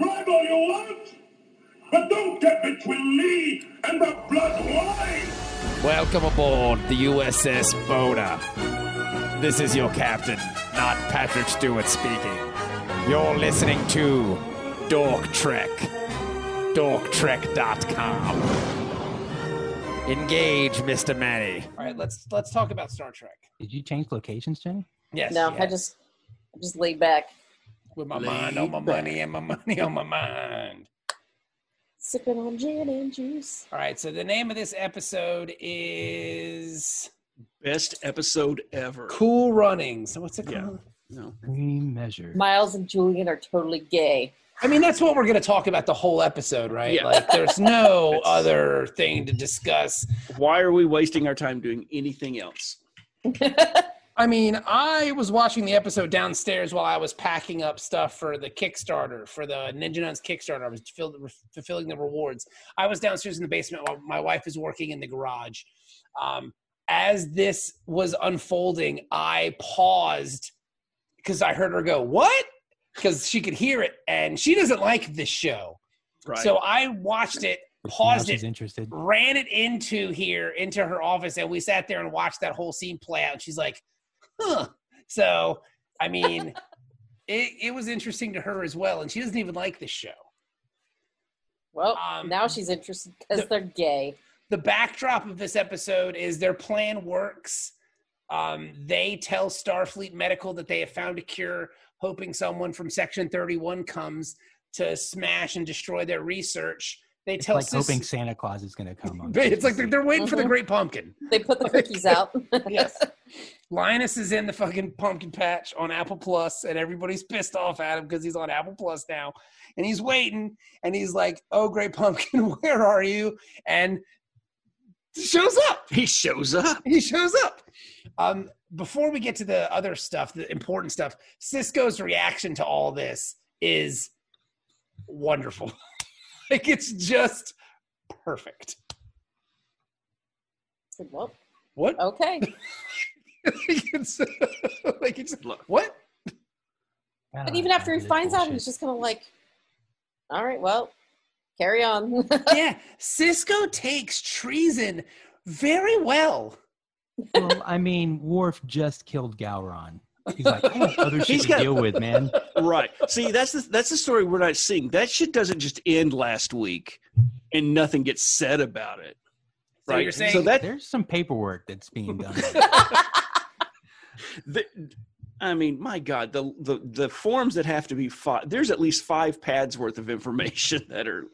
all you want, but don't get between me and the blood wine. Welcome aboard the USS Boda. This is your captain, not Patrick Stewart speaking. You're listening to Dork Trek. DorkTrek.com. Engage, Mr. Manny. All right, let's let's talk about Star Trek. Did you change locations, Jenny? Yes. No, I yes. just I just laid back. with my mind on my money and my money on my mind. Sipping on gin and juice. All right, so the name of this episode is Best episode ever. Cool Runnings. So what's it Yeah. called? No. Green measure. Miles and Julian are totally gay. I mean, that's what we're going to talk about the whole episode, right? Yeah. Like, there's no It's- other thing to discuss. Why are we wasting our time doing anything else? I mean, I was watching the episode downstairs while I was packing up stuff for the Kickstarter, for the Ninja Nuns Kickstarter. I was filled, fulfilling the rewards. I was downstairs in the basement while my wife is working in the garage. Um, as this was unfolding, I paused because I heard her go, What? Because she could hear it, and she doesn't like this show. Right. So I watched it, now paused it, she's interested. ran it into here into her office and we sat there and watched that whole scene play out and she's like huh so i mean it, it was interesting to her as well and she doesn't even like this show Well, Um, now she's interested because the- they're gay. the backdrop of this episode is their plan works um, they tell starfleet medical that they have found a cure hoping someone from section 31 comes to smash and destroy their research they It's tell like Sis- hoping Santa Claus is going to come on. it's like they're- Christmas they're waiting for the Mhm. great pumpkin They put the cookies out. yes. Linus is in the fucking pumpkin patch on Apple Plus, and everybody's pissed off at him because he's on Apple Plus now. And he's waiting, and he's like, Oh, great pumpkin, where are you? And he shows up. he shows up. He shows up. Um, before we get to the other stuff, the important stuff, Cisco's reaction to all this is wonderful. like, it's just perfect. Said, well, What? okay. like, it's, like, it's Look. what? Eve. I don't But know, even after he this finds out, bullshit. he's just kind of like, all right, well, carry on. yeah, Cisco takes treason very well. well, I mean, Worf just killed Gowron. He's like, I have other shit He's to got- deal with, man. Right. See, that's the that's the story we're not seeing. That shit doesn't just end last week and nothing gets said about it. So Right. you're saying- so that There's some paperwork that's being done. the, I mean, my God, the, the the forms that have to be fought. There's at least five pads worth of information that are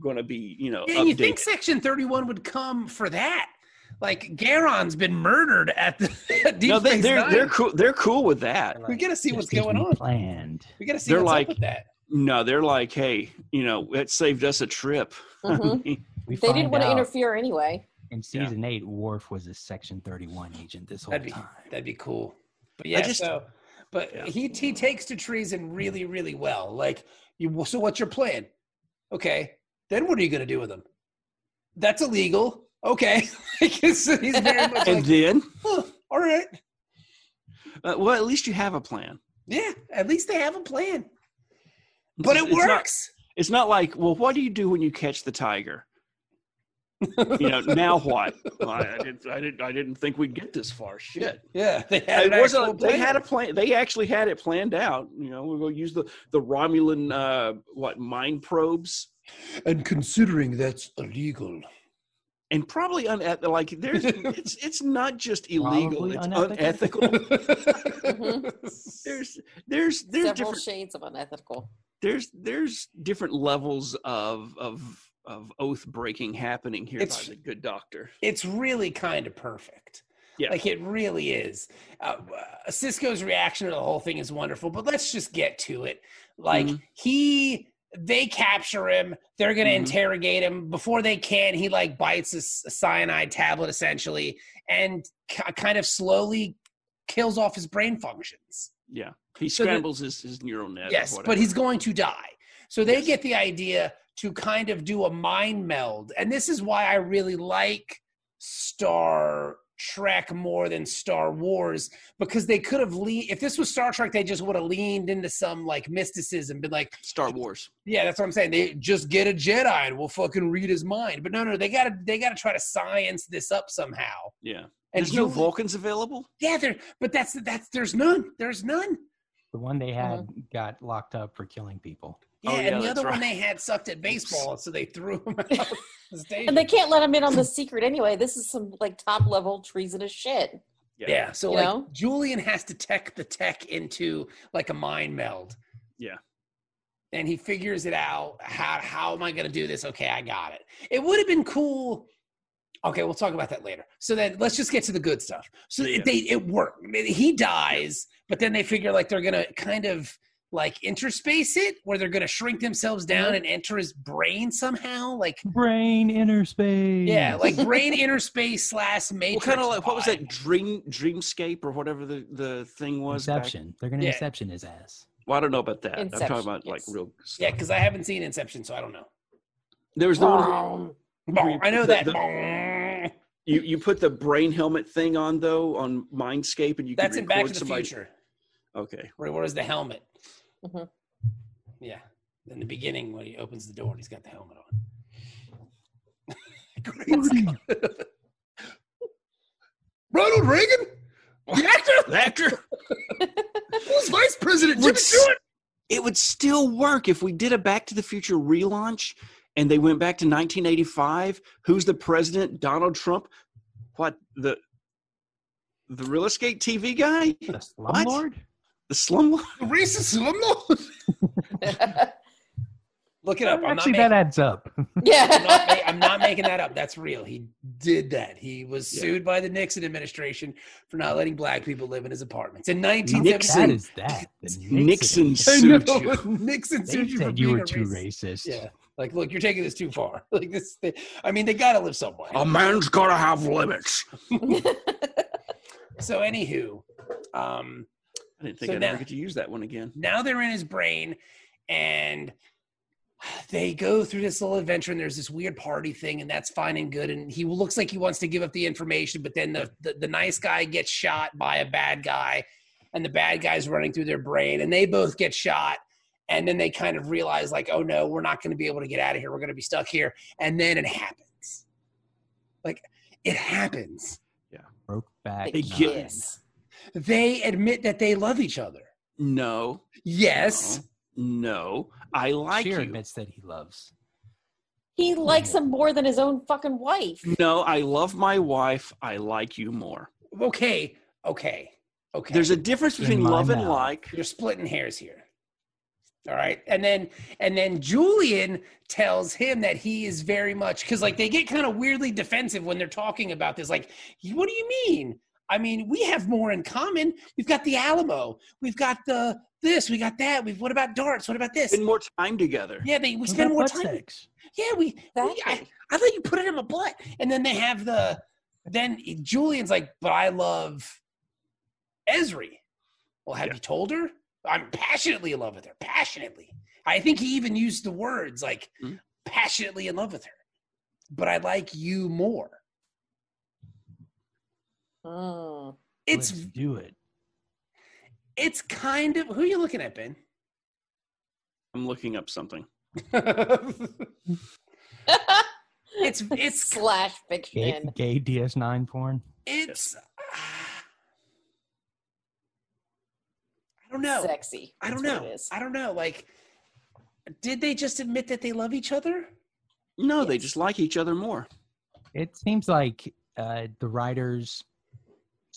going to be, you know, Yeah, you think updated. Section 31 would come for that? Like Garon's been murdered at the at Deep no, they, Space they're Nine. they're cool. They're cool with that. We gotta see what's Just as going we on. Planned. We gotta see They're what's like- up with that. No, they're like, hey, you know, it saved us a trip. Mm-hmm. Mhm. We They didn't find want to out interfere anyway. In Yeah. season eight, Worf was a Section 31 agent this whole That'd be time. that'd be cool. But yeah, just- so but Yeah. he he takes to treason really really well. Like you, so what's your plan? Okay, then what are you gonna do with him? That's illegal. Okay, Like, it's- he's very much and like, then, huh, all right. uh, well, at least you have a plan. Yeah, at least they have a plan. But it It's not- works. It's not like, well, what do you do when you catch the tiger? You know, now what? Well, I, I didn't, I didn't, I didn't think we'd get this far. Shit. yeah, they had, It an wasn't- actual they plan. had a plan. They actually had it planned out. You know, we're going to use the the Romulan uh, what mind probes and considering that's illegal. and probably uneth- like there's it's it's not just illegal. Probably it's unethical. unethical. There's there's there's Mhm. Several different shades of unethical. there's there's different levels of of of oath breaking happening here It's- by the good doctor. it's really kind of perfect. Yeah. Like it really is. Uh, uh, Cisco's reaction to the whole thing is wonderful, but let's just get to it. Like Mhm. he, they capture him. They're gonna Mhm. interrogate him before they can. He like bites a, s- a cyanide tablet essentially, and ki kind of slowly kills off his brain functions. Yeah, he So the- scrambles his, his neural net. or Yes, but whatever. he's going to die. So they get the idea to kind of do a mind meld. And this is why I really like Star Trek more than Star Wars because they could have leaned. If this was Star Trek, they just would have leaned into some like mysticism, been like, Star Wars. yeah, that's what I'm saying. They just get a Jedi and we'll fucking read his mind. But no, no, they gotta they gotta try to science this up somehow. Yeah. And There's no you- Vulcans available. yeah, there. But that's that's there's none. There's none. The one they had got locked up for killing people. Yeah, Oh, yeah, and the that's other one right. they had sucked at baseball, so they threw him out of the station. And they can't let him in on the secret anyway. This is some like top level treasonous shit. yeah. so You like know? Julian has to tech the tech into like a mind meld. Yeah. And he figures it out. How how am I gonna do this? Okay, I got it. It would have been cool. Okay, we'll talk about that later. So then let's just get to the good stuff. So Yeah. it they it worked. I mean, He dies, but then they figure like they're gonna kind of like interspace it, where they're gonna shrink themselves down and enter his brain somehow. Like Brain inner space. Yeah, like brain inner space slash Well, matrix. kind of like what was that vibe. dream dreamscape or whatever the the thing was. back- Inception. They're gonna Yeah. Inception his ass. Well, I don't know about that. I'm Inception, talking about like yes. real. Yeah, because I haven't seen Inception, so I don't know. There was the one Um. Boom, I know The- that. the- Boom. you you put the brain helmet thing on though on Mindscape and you That's can in record Back to the somebody. Future. Okay. Where where is the helmet? Mhm. Yeah, in the beginning when he opens the door and he's got the helmet on. Great Scott. Ronald Reagan, the actor After who's vice president Would s- it would still work if we did a Back to the Future relaunch and they went back to 1985. Who's the president? Donald Trump. What the the real estate TV guy? The What? slumlord. The slumlord? The racist slumlord. Look it up. I'm not Actually, making- that adds up. I'm not, yeah. ma- I'm not making that up. That's real. He did that. He was Yeah. sued by the Nixon administration for not letting black people live in his apartments in That 1970. is that. The Nixon I sued know. you. Nixon They sued you for said you being were a too racist. racist. Yeah, like look, you're taking this too far. Like this, they, I mean, they gotta live somewhere. Um, A man's gotta have limits. so, anywho, um, I didn't think So I'd now- ever get to use that one again. now they're in his brain and they go through this little adventure and there's this weird party thing and that's fine and good and he looks like he wants to give up the information but then the, the, the nice guy gets shot by a bad guy and the bad guy's running through their brain and they both get shot and then they kind of realize like oh no we're not going to be able to get out of here we're going to be stuck here and then it happens like it happens Broke back. They nine. get- Yes. they admit that they love each other No. yes No. I like Cher you. admits that he loves. He likes him more than his own fucking wife. No, I love my wife. I like you more. okay okay okay There's a difference In between my love and mouth. like. you're splitting hairs here all right and then and then julian tells him that he is very much because like they get kind of weirdly defensive when they're talking about this like what do you mean i mean we have more in common we've got the alamo we've got the this we got that we've what about darts what about this Spend more time together. yeah they, we What spend about more butt time sex? yeah we, we I, Exactly. I thought you put it in my butt. And then they have the then Julian's like, but I love Esri. Well, have Yeah. you told her? I'm passionately in love with her. Passionately. I think he even used the words like Mhm. passionately in love with her. But I like you more. Mm. It's Let's do it. it's kind of who are you looking at, Ben? I'm looking up something. it's it's Slash Gay, fiction. gay DS9 porn. it's ah. I don't know. Sexy. I don't That's what know. it is. I don't know. Like, did they just admit that they love each other? No, they Yes. just like each other more. It seems like uh, the writers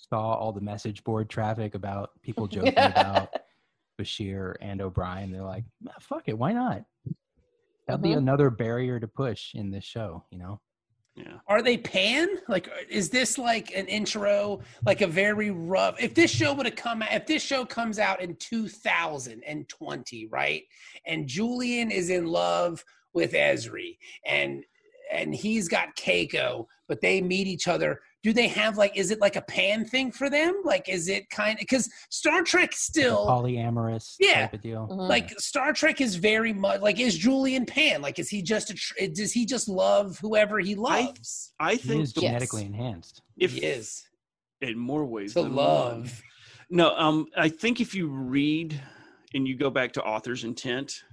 saw all the message board traffic about people joking about Bashir and O'Brien. They're like, "Ah, fuck it, why not? That'd be Uh-huh. Mhm. another barrier to push in this show, you know? Yeah. Are they pan? Like, is this like an intro? Like a very rough. If this show would have come, out, if this show comes out in 2020, right? And Julian is in love with Esri, and and he's got Keiko, but they meet each other. Do they have like? Is it like a pan thing for them? Like, is it kind of because Star Trek The still polyamorous Yeah. type of deal. Mhm. like Star Trek is very much like is Julian Pan like is he just a tr- does he just love whoever he loves? I He think is the, Yes. genetically enhanced. if he is. in more ways to than one. love. No, um, I think if you read and you go back to author's intent,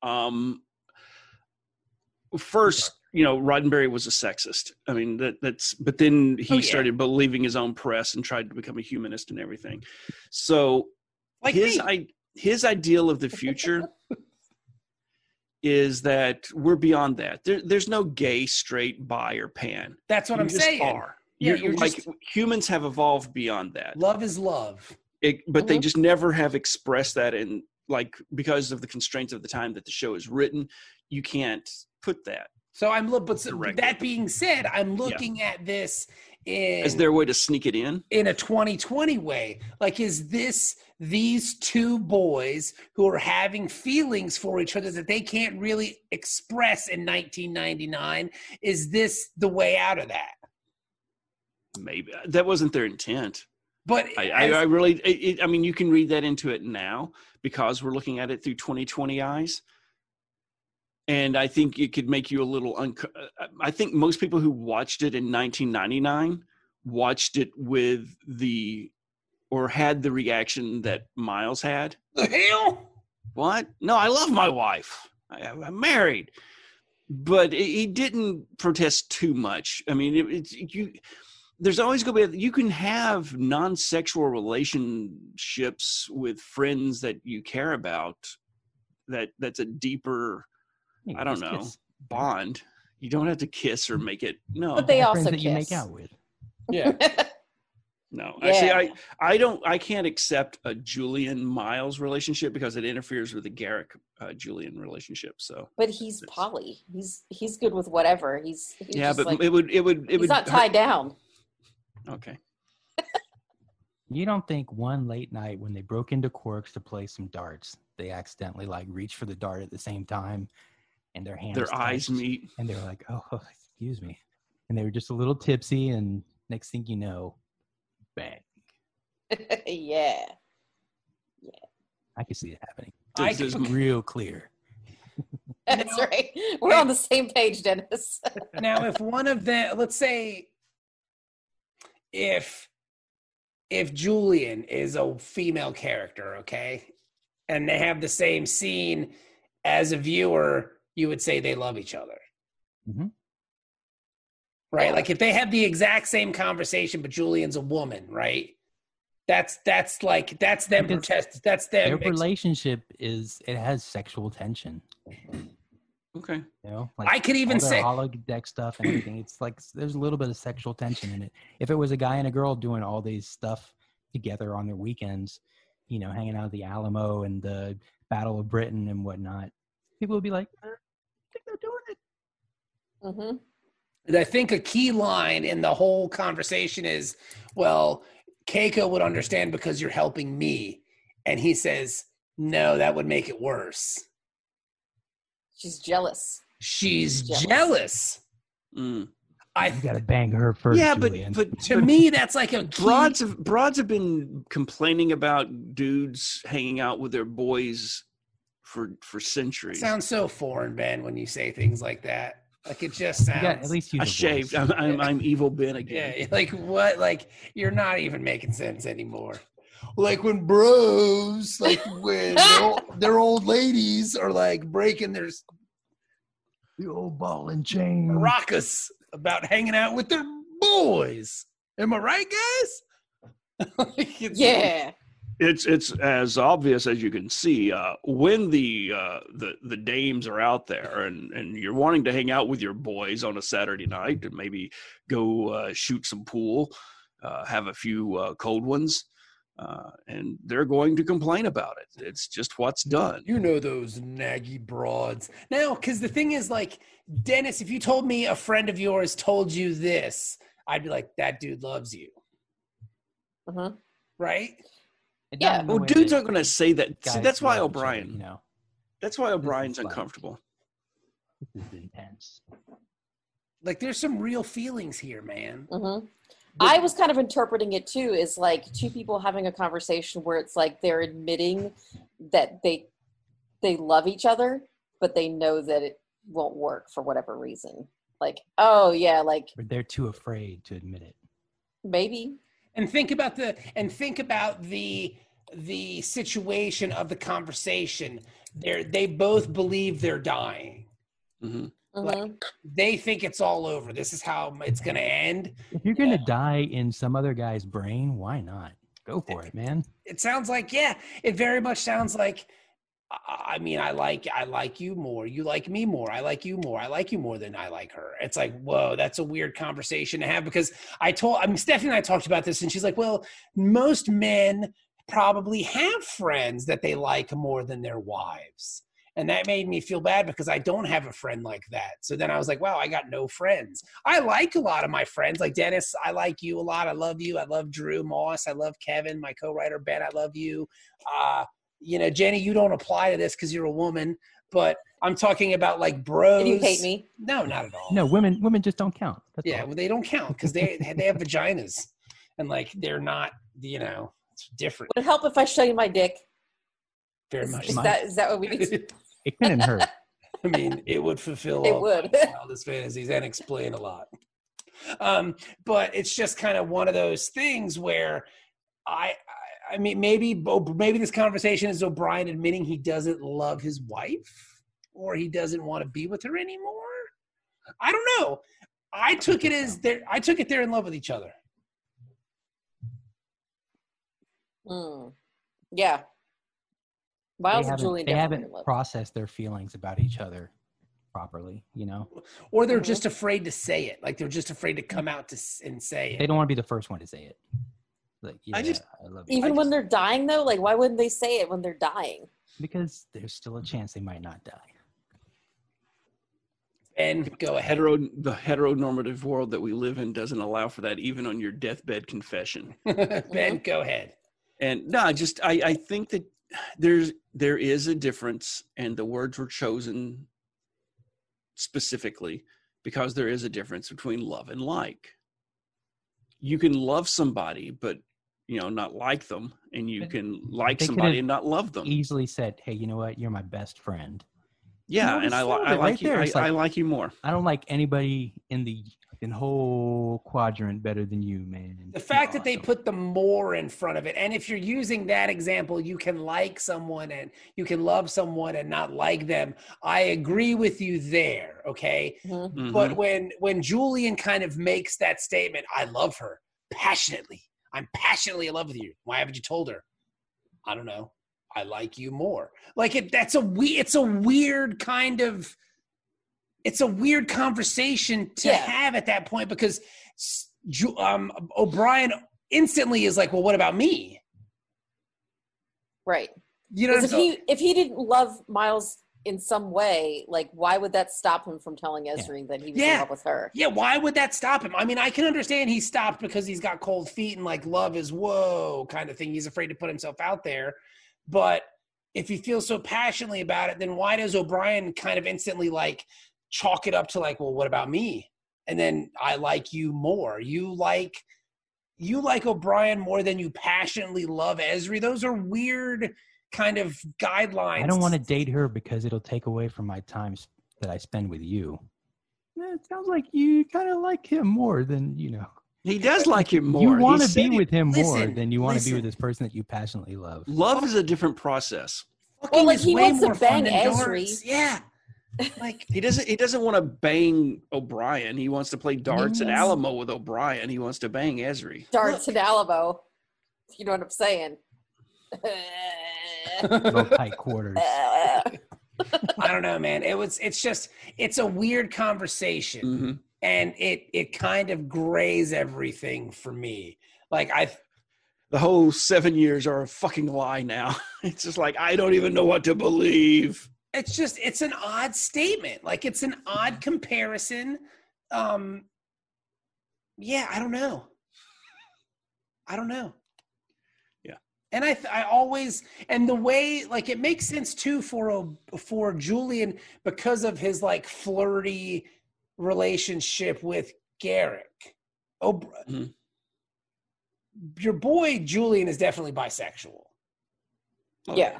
um, first, you know, Roddenberry was a sexist. I mean, that that's. But then he Oh, yeah. started believing his own press and tried to become a humanist and everything. So Like his me. I, his ideal of the future is that we're beyond that. There, there's no gay, straight, bi, or pan. That's what You I'm just saying. Are. Yeah, you're, you're like just- humans have evolved beyond that Love is love. it, but they uh-huh. Mhm. just never have expressed that in like because of the constraints of the time that the show is written you can't put that So I'm look, but so- Correct. that being said, I'm looking at this in is there a way to sneak it in in a 2020 way. Like, is this these two boys who are having feelings for each other that they can't really express in 1999? Is this the way out of that? maybe that wasn't their intent But i, I, I really it, it, i mean you can read that into it now because we're looking at it through 2020 eyes and i think it could make you a little unco- uh, i think most people who watched it in 1999 watched it with the or had the reaction that miles had the hell? What? No, I love my wife. I, I'm married. But he- he didn't protest too much. I mean, it, it's you. There's always going to be. You can have non-sexual relationships with friends that you care about. That that's a deeper Yeah, I don't just know. kiss. bond. You don't have to kiss or make it. No, But they Have also friends that you make kiss. out with. Yeah. no. I see. Yeah. I I don't. I can't accept a Julian Miles relationship because it interferes with the Garrick uh, Julian relationship. So. but he's poly. He's he's good with whatever. He's, he's yeah, just but like, it would it would it he's would not hurt- tied down. Okay, You don't think one late night when they broke into Quarks to play some darts, they accidentally like reached for the dart at the same time, and their hands, their eyes touched, meet. and they were like, "Oh, excuse me," and they were just a little tipsy, and next thing you know, bang! yeah. I could see it happening. I This is- Real clear. That's right. We're on the same page, Dennis. now if one of them let's say if if julian is a female character okay and they have the same scene as a viewer you would say they love each other Mhm. right like if they have the exact same conversation but julian's a woman right that's that's like that's them Because protest that's Their them ex- relationship is it has sexual tension. okay. You know, like i could even all their say holodeck stuff and everything. It's like s- there's a little bit of sexual tension in it. If it was a guy and a girl doing all these stuff together on their weekends, you know, hanging out at the Alamo and the Battle of Britain and whatnot, people would be like, "Uh, "I think they're doing it." hmm I think a key line in the whole conversation is, well, Keiko would understand because you're helping me. And he says, no, that would make it worse. She's jealous. She's jealous. Jealous. Mm. I You gotta bang her first. yeah, Julian. but but to me that's like a key. broads have broads have been complaining about dudes hanging out with their boys for for centuries. sounds so foreign, Ben, when you say things like that. Like it just You sounds got- at least use I a voice. shaved. I'm, I'm I'm evil Ben again. Yeah, like what? Like you're not even making sense anymore. Like when bros, like when their, ol- their old ladies are like breaking their s- The old ball and chain. raucous about hanging out with their boys. Am I right, guys? Like, it's- Yeah. It's it's as obvious as you can see uh, when the uh, the the dames are out there and and you're wanting to hang out with your boys on a Saturday night and maybe go uh, shoot some pool, uh, have a few uh, cold ones, uh, and they're going to complain about it. It's just what's done. You know those naggy broads. Now, because the thing is, like, Dennis, if you told me a friend of yours told you this, I'd be like, that dude loves you, hmm right? And Yeah, not in the Well, way dudes that aren't going to say that. See, guys that's why love each other, O'Brien. You know, That's why O'Brien's like- uncomfortable. this is intense. Like, there's some real feelings here, man. hmm I was kind of interpreting it too as like two people having a conversation where it's like they're admitting that they they love each other, but they know that it won't work for whatever reason. Like, oh yeah, like But they're too afraid to admit it. maybe and think about the and think about the the situation of the conversation they they both believe they're dying Mhm. Like- Mhm. they think it's all over this is how it's going to end If you're gonna die in some other guy's brain, why not? Go for it, man. it sounds like yeah it very much sounds like I I mean, I like I like you more. You like me more. I like you more. I like you more than I like her. It's like, whoa, that's a weird conversation to have because I told I mean Stephanie and I talked about this and she's like, well, most men probably have friends that they like more than their wives. And that made me feel bad because I don't have a friend like that. So then I was like, wow, I got no friends. I like a lot of my friends. Like Dennis, I like you a lot. I love you. I love Drew Moss. I love Kevin, my co-writer Ben. I love you. Uh, you know, Jenny, you don't apply to this because you're a woman, but I'm talking about like bros. And you hate me. No, not at all. No, women women just don't count. That's Yeah, all. well, they don't count because they they have vaginas, and like they're not, you know, it's different. Would it help if I show you my dick? Very Is, much. is mine. that is that what we need? to- I It couldn't hurt. mean, it would fulfill It all would. my wildest fantasies and explain a lot. Um, but it's just kind of one of those things where I, I, I mean, maybe Bo- maybe this conversation is O'Brien admitting he doesn't love his wife or he doesn't want to be with her anymore. I don't know. I took it as they're I took it they're in love with each other. Mm. Yeah. They Miles and haven't, Julian they definitely haven't love. processed their feelings about each other properly, you know? or they're Mhm. just afraid to say it like they're just afraid to come out to s- and say it They don't want to be the first one to say it. Like, yeah, I I, just- love you. Even when they're dying though, like why wouldn't they say it when they're dying? because there's still a chance they might not die. and go ahead Hetero, the heteronormative world that we live in doesn't allow for that, even on your deathbed confession. ben go ahead and no i just i i think that there's there is a difference and the words were chosen specifically because there is a difference between love and like you can love somebody but you know not like them and you But can like they could've somebody and not love them Easily said, hey, you know what? You're my best friend. yeah No, and i, it's li- not I it. like Right you there, I, it's I like- like you more I don't like anybody in the in whole quadrant better than you, man. the You're fact that they awesome. put the more in front of it and if you're using that example you can like someone and you can love someone and not like them i agree with you there okay Mm-hmm. Mhm. Mhm. but when when julian kind of makes that statement i love her passionately i'm passionately in love with you why haven't you told her i don't know i like you more like it that's a we it's a weird kind of it's a weird conversation to Yeah. have at that point because s- Ju- um, o'brien instantly is like well what about me Right. you know what I'm Because if saying? he if he didn't love Miles in some way, like why would that stop him from telling Ezrin that he was Yeah. in love with her? Yeah, why would that stop him? I mean, I can understand he stopped because he's got cold feet and like love is whoa kind of thing. He's afraid to put himself out there. But if he feels so passionately about it, then why does O'Brien kind of instantly like chalk it up to like, well, what about me? And then I like you more. You like you like O'Brien more than you passionately love Esri. Those are weird kind of guidelines. I don't want to date her because it'll take away from my time s- that I spend with you. Yeah, It sounds like you kind of like him more than you know. he does like you more You He want to said be it. with him more Listen, than you want to be listen. with this person that you passionately love. love is a different process Fucking Well, like, is he way wants to more fun bang than Esri. darts. Yeah. Like He doesn't. He doesn't want to bang O'Brien. He wants to play darts at Yes. Alamo with O'Brien. He wants to bang Esri. Darts and Alamo. You know what I'm saying? Little tight quarters. Uh, I don't know, man. It was it's just it's a weird conversation hmm and it it kind of grays everything for me. Like I The whole seven years are a fucking lie now. It's just like I don't even know what to believe. it's just it's an odd statement. Like it's an odd comparison. Um yeah, I don't know. I don't know. Yeah. And I th- I always and the way like it makes sense too for a, for Julian because of his like flirty relationship with Garrick. Oh, Mhm. your boy Julian is definitely bisexual. Oh, yeah.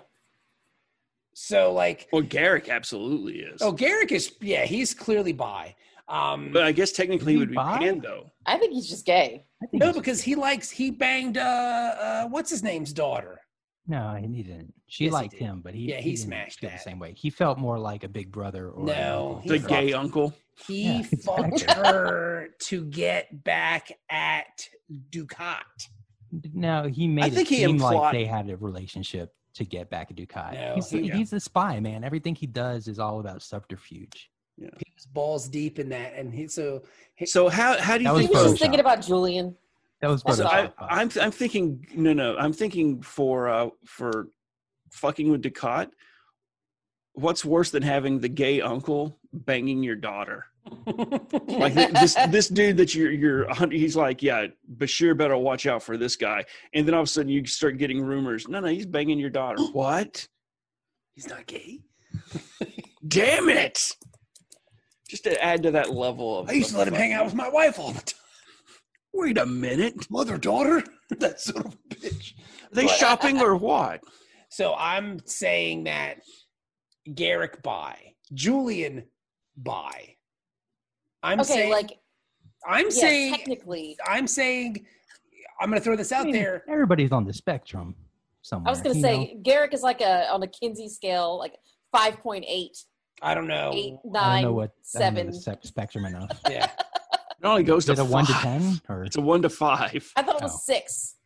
So like, Well, Garrick absolutely is. oh, Garrick is yeah, he's clearly bi. Um, But I guess technically he would be Bi? pan though. I think he's just gay. I think no, no, because he likes he banged uh, uh what's his name's daughter. no, he didn't. She Yes, he liked did. him, but he Yeah, he didn't smashed feel the that. same way. He felt more like a big brother or an No, uncle he The to her. gay uncle. He Yeah, fucked her to get back at Ducat. No, he made think it he seem implied- like they had a relationship to get back at Ducat. No, he's, he- he's a spy, man. Everything he does is all about subterfuge. He was balls deep in that, and he so So how how do That you was He think was Photoshop. just thinking about Julian. That was Also, So I, Photoshop. I'm I'm thinking no no I'm thinking for uh for fucking with Ducat. What's worse than having the gay uncle banging your daughter? Like th- this this dude that you're you're a hun- he's like yeah Bashir better watch out for this guy. And then all of a sudden you start getting rumors. No no he's banging your daughter. what? He's not gay. Damn it! Just to add to that level of I used to let him hang out with my wife all the time. Wait a minute. Mother daughter, that sort of bitch. Are they shopping or what? So I'm saying that Garrick by Julian by. I'm okay, saying like I'm yeah, saying technically, I'm saying I'm going to throw this out Hmm. I mean, there. Everybody's on the spectrum somewhere. I was gonna you say know? Garrick is like a on a Kinsey scale, like five point eight, I don't know. eight, Oh, I don't nine, know what I don't seven. know the sec- spectrum enough. Yeah. It only goes Is it to a one to five. ten or It's a one to five. I thought it was Oh. six.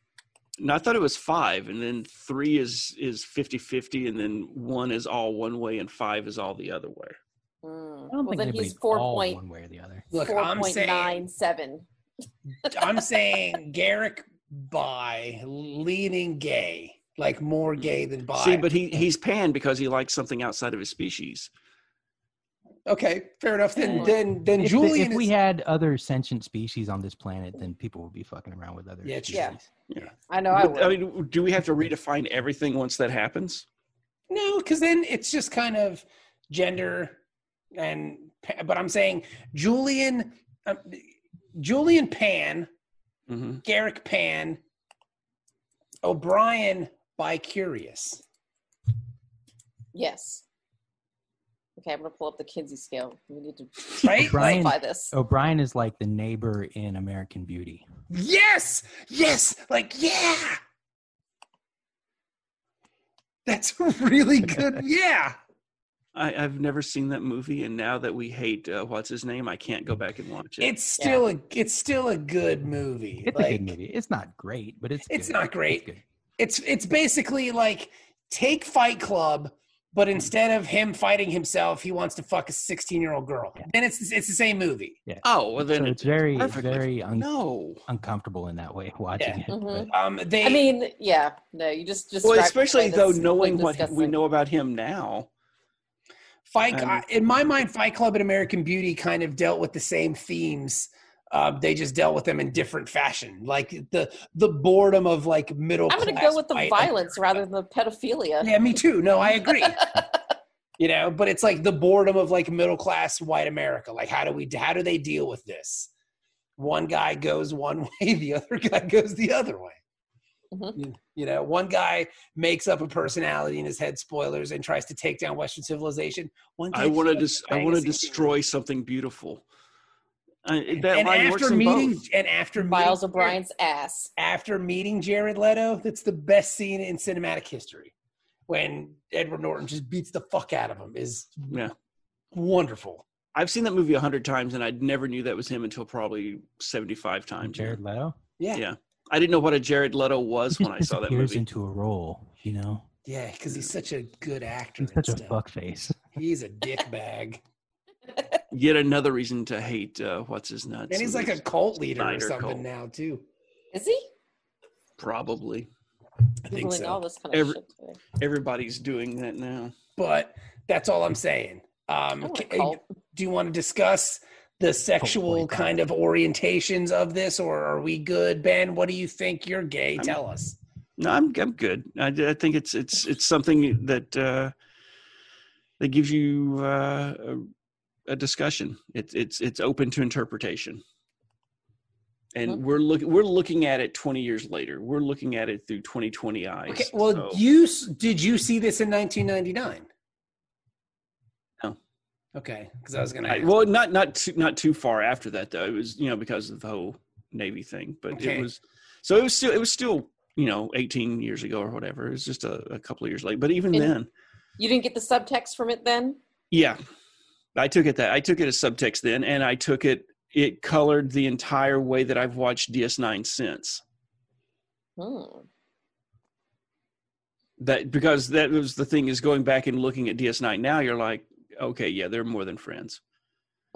No, I thought it was five, and then three is is 50-50, and then one is all one way, and five is all the other way. I Mm. don't Well, think then anybody's he's four all point one way or the other. Look, four I'm point saying nine seven. I'm saying Garrick by leaning gay, like more gay than bi. See, but he he's pan because he likes something outside of his species. okay, fair enough. Then Yeah. then then If, the- Julian if we is- had other sentient species on this planet, then people would be fucking around with other Yeah, it's species. true. I know I But, oh, would. I mean, do we have to redefine everything once that happens? No, because then it's just kind of gender and. pa- But I'm saying Julian, um, Julian Pan, Mm-hmm. Garrick Pan, O'Brien by Curious. yes. Okay, I'm gonna pull up the Kinsey scale. We need to Right? Oh, Brian- clarify this. O'Brien is like the neighbor in American Beauty. Yes, yes, like yeah. That's a really good. Yeah. I, I've never seen that movie, and now that we hate uh, what's his name, I can't go back and watch it. It's still a it's still a good movie. It's a like good movie. It's not great, but it's it's good. not great. good. it's it's basically like take Fight Club, but Hmm. instead of him fighting himself, he wants to fuck a sixteen year old girl. Yeah. Then it's it's the same movie. oh, well So then it's it's very, it's perfectly- very un- no. uncomfortable in that way watching Yeah. it. but Mm-hmm. Um, they I mean, yeah, no, you just just Well, especially though knowing what he- we know about him now. Fight Um, I- in my mind, Fight Club and American Beauty kind of dealt with the same themes. Uh, they just dealt with them in different fashion, like the the boredom of like middle. I'm gonna class go with the white violence rather America. than the pedophilia. Yeah, me too. No, I agree. you know, but it's like the boredom of like middle class white America. Like, how do we how do they deal with this? One guy goes one way, the other guy goes the other way. Mhm. You, you know, one guy makes up a personality in his head, spoilers, and tries to take down Western civilization. One guy I want to just dis- I bang want a to 16. destroy something beautiful. I, that and line works after in meeting both. and after Miles meeting, O'Brien's ass. after meeting Jared Leto, that's the best scene in cinematic history. When Edward Norton just beats the fuck out of him is Yeah, wonderful. I've seen that movie a hundred times, and I never knew that was him until probably seventy-five times. yeah. Jared Leto Yeah. Yeah. I didn't know what a Jared Leto was He when I saw that disappears movie. into a role. You know, Yeah, because he's such a good actor. he's and such a stuff. fuckface. Mm-hmm. He's a dick bag. Yet another reason to hate uh, what's his nuts. and he's like a this- cult leader or Snyder something cult. now, too. Is he? probably I think Googling all so. this kind of Every- shit. Today. everybody's doing that now. But that's all I'm saying. I Um, want a ca- cult. do you want to discuss the sexual boy, kind of orientations of this, or are we good, Ben? What do you think? You're gay. Tell us. No, I'm I'm good. I, I think it's it's it's something that uh, that gives you uh, a, a discussion. It's it's it's open to interpretation, and Mhm. we're look we're looking at it 20 years later. We're looking at it through 2020 eyes. Okay. Well, so- you s- did you see this in 1999? Okay, because I was gonna. I- Ask. well, not not too, not too far after that though. It was you know because of the whole Navy thing, but Okay. it was so it was still it was still you know 18 years ago or whatever. It was just a, a couple of years late, but even And- then, You didn't get the subtext from it then? yeah, I took it that I took it as subtext then, and I took it it colored the entire way that I've watched DS9 since. Hmm. That because that was the thing is going back and looking at DS9 now, you're like, okay, yeah, they're more than friends.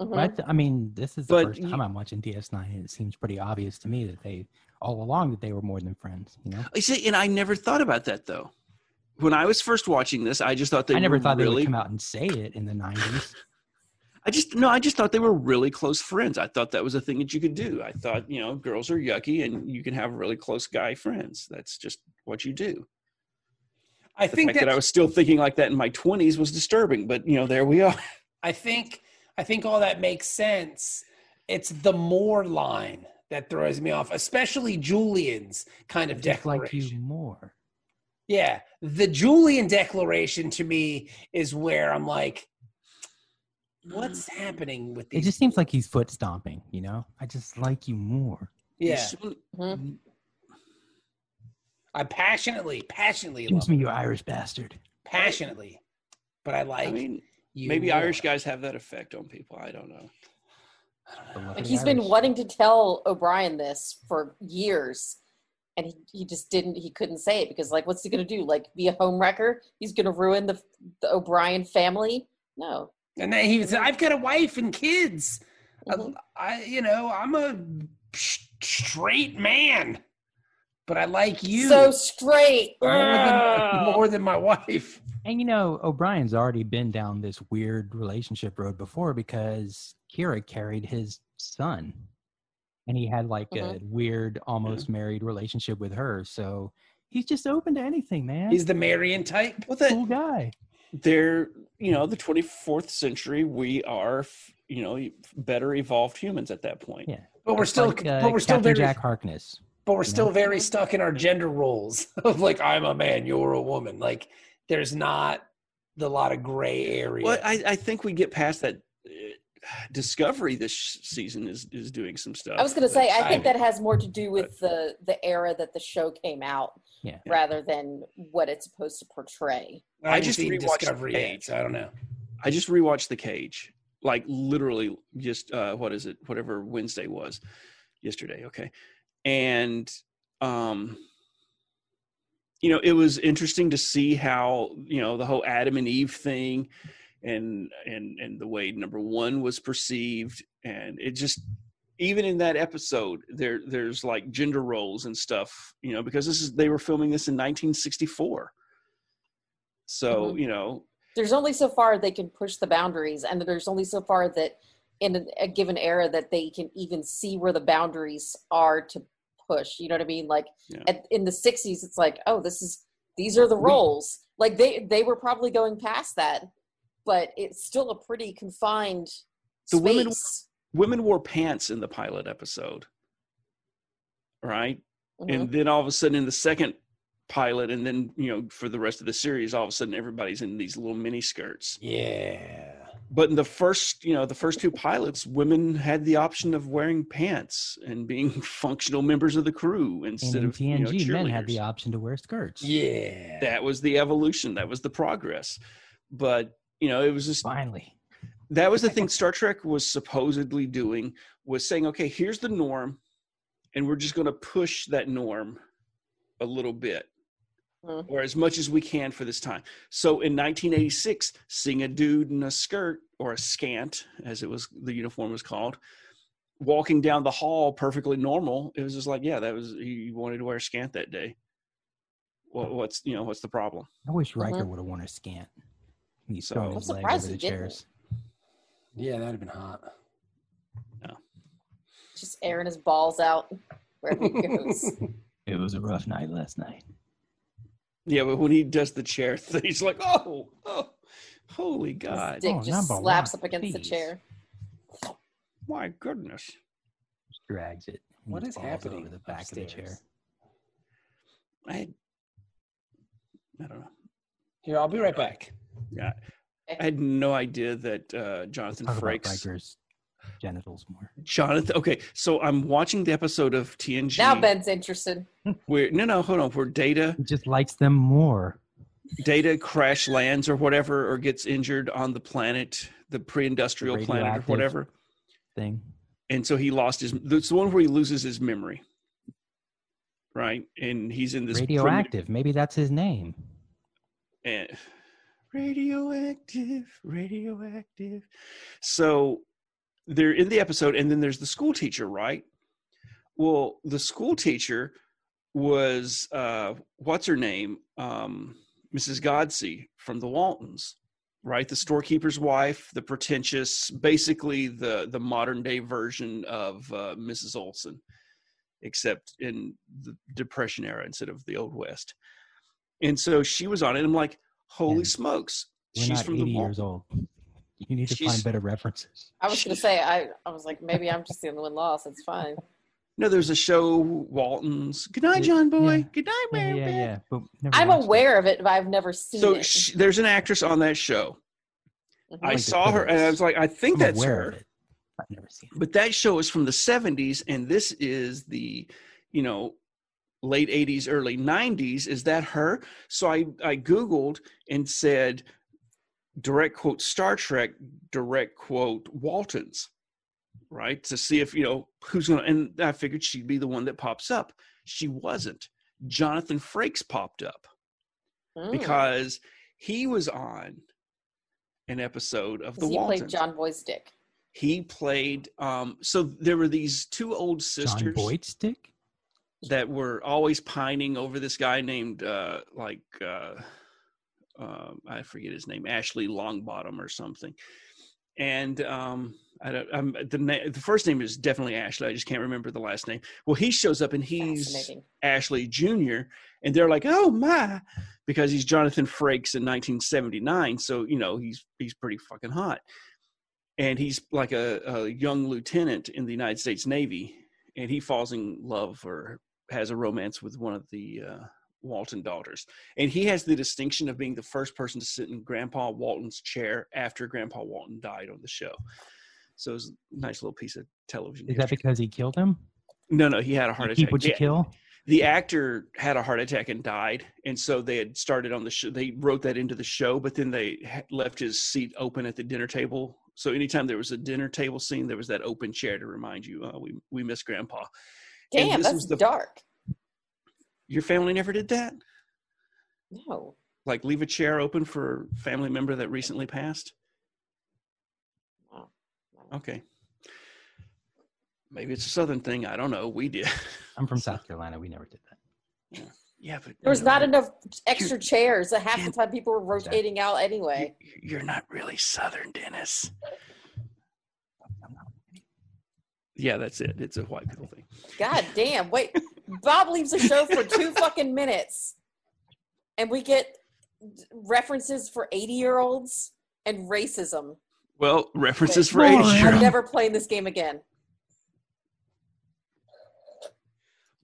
Mhm. But I, th- I mean, this is the But first time I'm watching DS9, and it seems pretty obvious to me that they all along that they were more than friends. You know, I see, and I never thought about that though. When I was first watching this, I just thought they I never were thought they really would come out and say it in the '90s. I just no, I just thought they were really close friends. I thought that was a thing that you could do. I thought, you know, girls are yucky and you can have really close guy friends. That's just what you do. I The think fact that I that's- was still thinking like that in my twenties was disturbing, but you know, there we are. I think I think all that makes sense. It's the more line that throws me off, especially Julian's kind of Just declaration. like you more. Yeah, the Julian declaration to me is where I'm like, what's happening with It these? just seems like he's foot stomping. You know, I just like you more. yeah, Mhm. I passionately, passionately Excuse love, me, you Irish bastard. passionately, but I like I mean, you maybe more. Irish guys have that effect on people. I don't know. Beloved He's been Irish. wanting to tell O'Brien this for years, and he, he just didn't. He couldn't say it because, like, what's he going to do? Like, be a homewrecker? He's going to ruin the, the O'Brien family? No. And then he said, "I've got a wife and kids. Mm-hmm. I- Mhm. I, you know, I'm a s- straight man, but I like you So straight. more, than, Ugh. more than my wife." And you know, O'Brien's already been down this weird relationship road before because Kira carried his son. And he had like a Mm-hmm. weird, Mm-hmm. almost married relationship with her. So he's just open to anything, man. He's He's the Marion type. Well, a that cool guy. they're you know the 24th century. We are f- you know better evolved humans at that point. Yeah. But we're It's still, like, uh, but we're still very, Captain Jack Harkness. but we're you still know? very stuck in our gender roles of like I'm a man, you're a woman. Like there's not the lot of gray area. Well, I, I think we get past that. uh, Discovery this sh- season is is doing some stuff. I was going to say, I that's- think that has more to do with the the era that the show came out, Yeah. rather than what it's supposed to portray. I, I haven't just seen rewatched Discovery yet, Page. so I don't know. I just rewatched The Cage, like literally just uh, what is it? Whatever Wednesday was, yesterday. Okay, and um, you know, it was interesting to see how you know the whole Adam and Eve thing, and and and the way number one was perceived, and it just even in that episode there there's like gender roles and stuff you know because this is they were filming this in 1964 so Mhm. you know There's only so far they can push the boundaries, and there's only so far that in a- a given era that they can even see where the boundaries are to push. You know what I mean? Like Yeah. at, in the '60s, it's like, oh, this is these are the We- roles. Like they they were probably going past that, but it's still a pretty confined The space. women- women wore pants in the pilot episode right Mhm. and then all of a sudden in the second pilot and then you know for the rest of the series all of a sudden everybody's in these little mini skirts Yeah. but in the first you know the first two pilots women had the option of wearing pants and being functional members of the crew And instead in of you know, TNG, men had the cheerleaders. option to wear skirts. Yeah. that was the evolution that was the progress but you know it was just Finally. that was the thing Star Trek was supposedly doing was saying, okay, here's the norm, and we're just going to push that norm a little bit, Mm. or as much as we can for this time. So in 1986, seeing a dude in a skirt or a scant, as it was the uniform was called, walking down the hall perfectly normal, it was just like, yeah, that was you wanted to wear a scant that day. What, what's you know what's the problem? I wish Riker would have worn a scant. He's So- throwing I'm his leg Mm-hmm. surprised over the he didn't. chairs. Yeah, that'd have been hot. just airing his balls out wherever he goes. It was a rough night last night. Yeah, but when he does the chair thing, he's like, oh, oh holy god. His dick Oh, just number slaps one, up against the please. chair. My goodness. Drags it. and What his is balls happening Over the back of the chair. upstairs? I I don't know. Here, I'll be right back. I had no idea that uh, Jonathan Talk about Frakes. Riker's genitals more. Jonathan. Okay, so I'm watching the episode of TNG. Now Ben's interested. Where, no, no, hold on. Where Data He just likes them more. Data crash lands or whatever, or gets injured on the planet, the pre-industrial planet or Radioactive. whatever, Thing. and so he lost his. It's the one where he loses his memory, right? And he's in this primitive- Radioactive. Maybe that's his name. and radioactive, radioactive. So they're in the episode, and then there's the school teacher, right? Well, the school teacher was uh, what's her name, um, Mrs. Godsey from the Waltons, right? The storekeeper's wife, the pretentious, basically the the modern day version of uh, Mrs. Olson, except in the Depression era instead of the Old West. And so she was on it. and I'm like, holy Yeah. smokes, We're she's not from the 80 Wal- years old. You need to She's- find better references. I was going to say, I, I was like, maybe I'm just the only one lost. It's fine. No, there's a show, Waltons. Good night, Yeah, John Boy. yeah. Good night, Yeah, man. yeah, yeah. But never I'm watched it. aware of it, but I've never seen So it. sh there's an actress on that show. Mhm. I Like the saw her and I Critters. was like, I think I'm that's aware her. of it. I've never seen it. But that show is from the 70s, and this is the, you know, late 80s, early 90s. Is that her? So I, I Googled and said, direct quote Star Trek, direct quote Waltons, right? To see if, you know, who's going to, and I figured she'd be the one that pops up. She wasn't. Jonathan Frakes popped up Mm. because he was on an episode of The he played Waltons. John Boy's dick. he played. Um, so there were these two old John sisters Boyd stick? that were always pining over this guy named uh, like uh, um I forget his name, Ashley Longbottom or something. And um, I don't. I'm, the na- the first name is definitely Ashley. I just can't remember the last name. Well, he shows up and he's Fascinating. Ashley Jr. And they're like, "Oh my," because he's Jonathan Frakes in 1979, so you know he's he's pretty fucking hot, and he's like a, a young lieutenant in the United States Navy, and he falls in love or has a romance with one of the uh, Walton daughters, and he has the distinction of being the first person to sit in Grandpa Walton's chair after Grandpa Walton died on the show. So it's a nice little piece of television. Is that history. because he killed him? no, no, he had a heart You attack. keep what you Yeah kill? the actor had a heart attack and died and so they had started on the show they wrote that into the show but then they ha- left his seat open at the dinner table so anytime there was a dinner table scene there was that open chair to remind you uh, we, we miss grandpa And Damn, this that's was the- dark. your family never did that No. like leave a chair open for a family member that recently passed No. No. okay maybe it's a southern thing i don't know we did I'm from South Carolina. We never did that. yeah but There was you not know, enough extra chairs. Half the time people were Exactly. rotating out anyway. you- you're not really southern dennis yeah that's it it's a white people thing God damn. Wait. Bob leaves the show for two fucking minutes. And we get references for 80 year olds and racism. Well, references for Moron. age, Sure. I'm never playing this game again.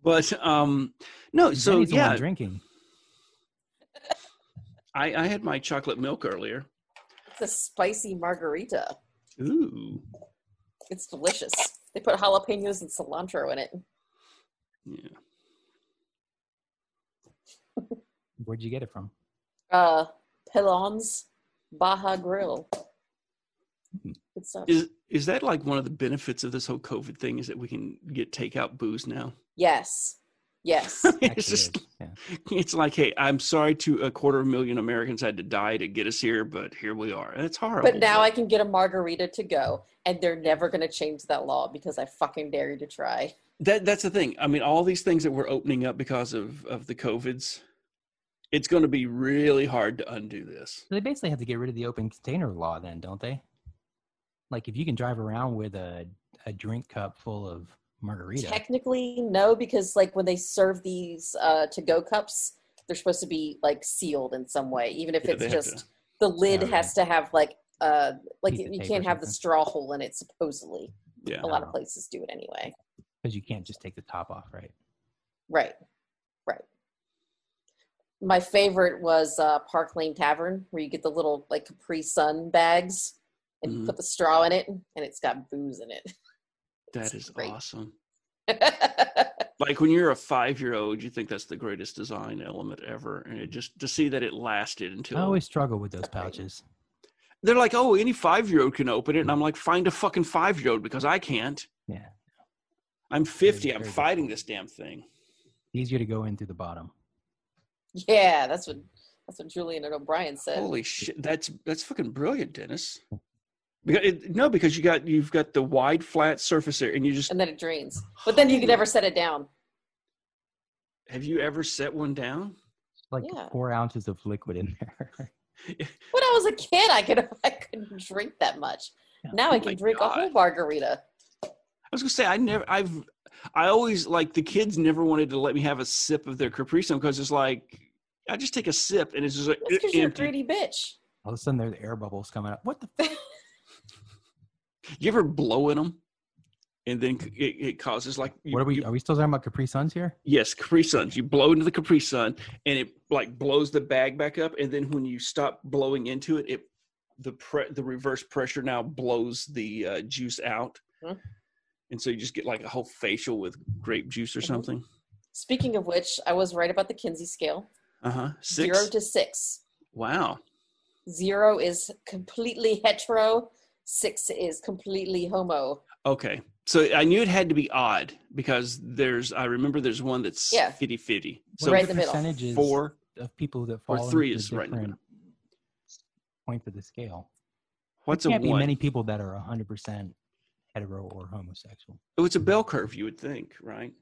but um, no. So Jenny's the one yeah, drinking. I, I had my chocolate milk earlier. It's a spicy margarita. Ooh, It's delicious. They put jalapenos and cilantro in it. yeah. Where'd you get it from? Uh, Pilon's Baja Grill. Good stuff. Is is that like one of the benefits of this whole COVID thing? Is that we can get takeout booze now? Yes. Yes. it's Actually, just is. Yeah. it's like, hey, I'm sorry to a quarter of a million Americans had to die to get us here, but here we are. That's horrible. But now I can get a margarita to go, and they're never going to change that law because I fucking dare you to try. that that's the thing. I mean, all these things that we're opening up because of of the covids, it's going to be really hard to undo this. So they basically have to get rid of the open container law, then, don't they? Like, if you can drive around with a, a drink cup full of margarita, Technically, no, because like when they serve these uh, to go cups, they're supposed to be like sealed in some way, even if Yeah, they it's have just to- the lid Oh, yeah. has to have like uh like Piece of you tape can't or have the something. straw hole in it. Supposedly, Yeah. a lot of Oh. places do it anyway. because you can't just take the top off, right? Right, right. My favorite was uh, Park Lane Tavern, where you get the little like Capri Sun bags and you Mhm. put the straw in it, and it's got booze in it. That It's is great. awesome. Like when you're a five year old, you think that's the greatest design element ever. And it just to see that it lasted until I always struggle with those pouches. they're like, oh, any five year old can open it. And I'm like, find a fucking five year old because I can't. Yeah. I'm 50. I'm very fighting difficult. this damn thing. Easier to go in through the bottom. yeah, that's what that's what Julian and O'Brien said. Holy shit. That's that's fucking brilliant, Dennis. Because it, no, because you got you've got the wide flat surface there, and you just and then it drains, but then you can never set it down. have you ever set one down? It's like Yeah. four ounces of liquid in there. When I was a kid, I could I couldn't drink that much. Yeah. Now Oh I my can drink a whole God. margarita. I was gonna say I never I've I always like the kids never wanted to let me have a sip of their Capri Sun because it's like I just take a sip and it's just like That's because you're a empty. greedy bitch. All of a sudden, there's air bubbles coming up. What the? F- You ever blow in them, and then c- it, it causes like you, what are we? you- Are we still talking about Capri Suns here? yes, Capri Suns. You blow into the Capri Sun, and it like blows the bag back up, and then when you stop blowing into it, it the pre, the reverse pressure now blows the uh, juice out, Mhm. and so you just get like a whole facial with grape juice or Mhm. something. Speaking of which, I was right about the Kinsey scale. Uh huh. Six. Zero to six. wow. Zero is completely hetero. Six is completely homo. Okay. So I knew it had to be odd because there's I remember there's one that's Yeah. 50-50. What So are Right in the middle. percentages four of people that fall three into is right in the different points of the scale. what's there a can't be one? many people that are 100% hetero or homosexual. Oh, it's a bell curve, you would think, right?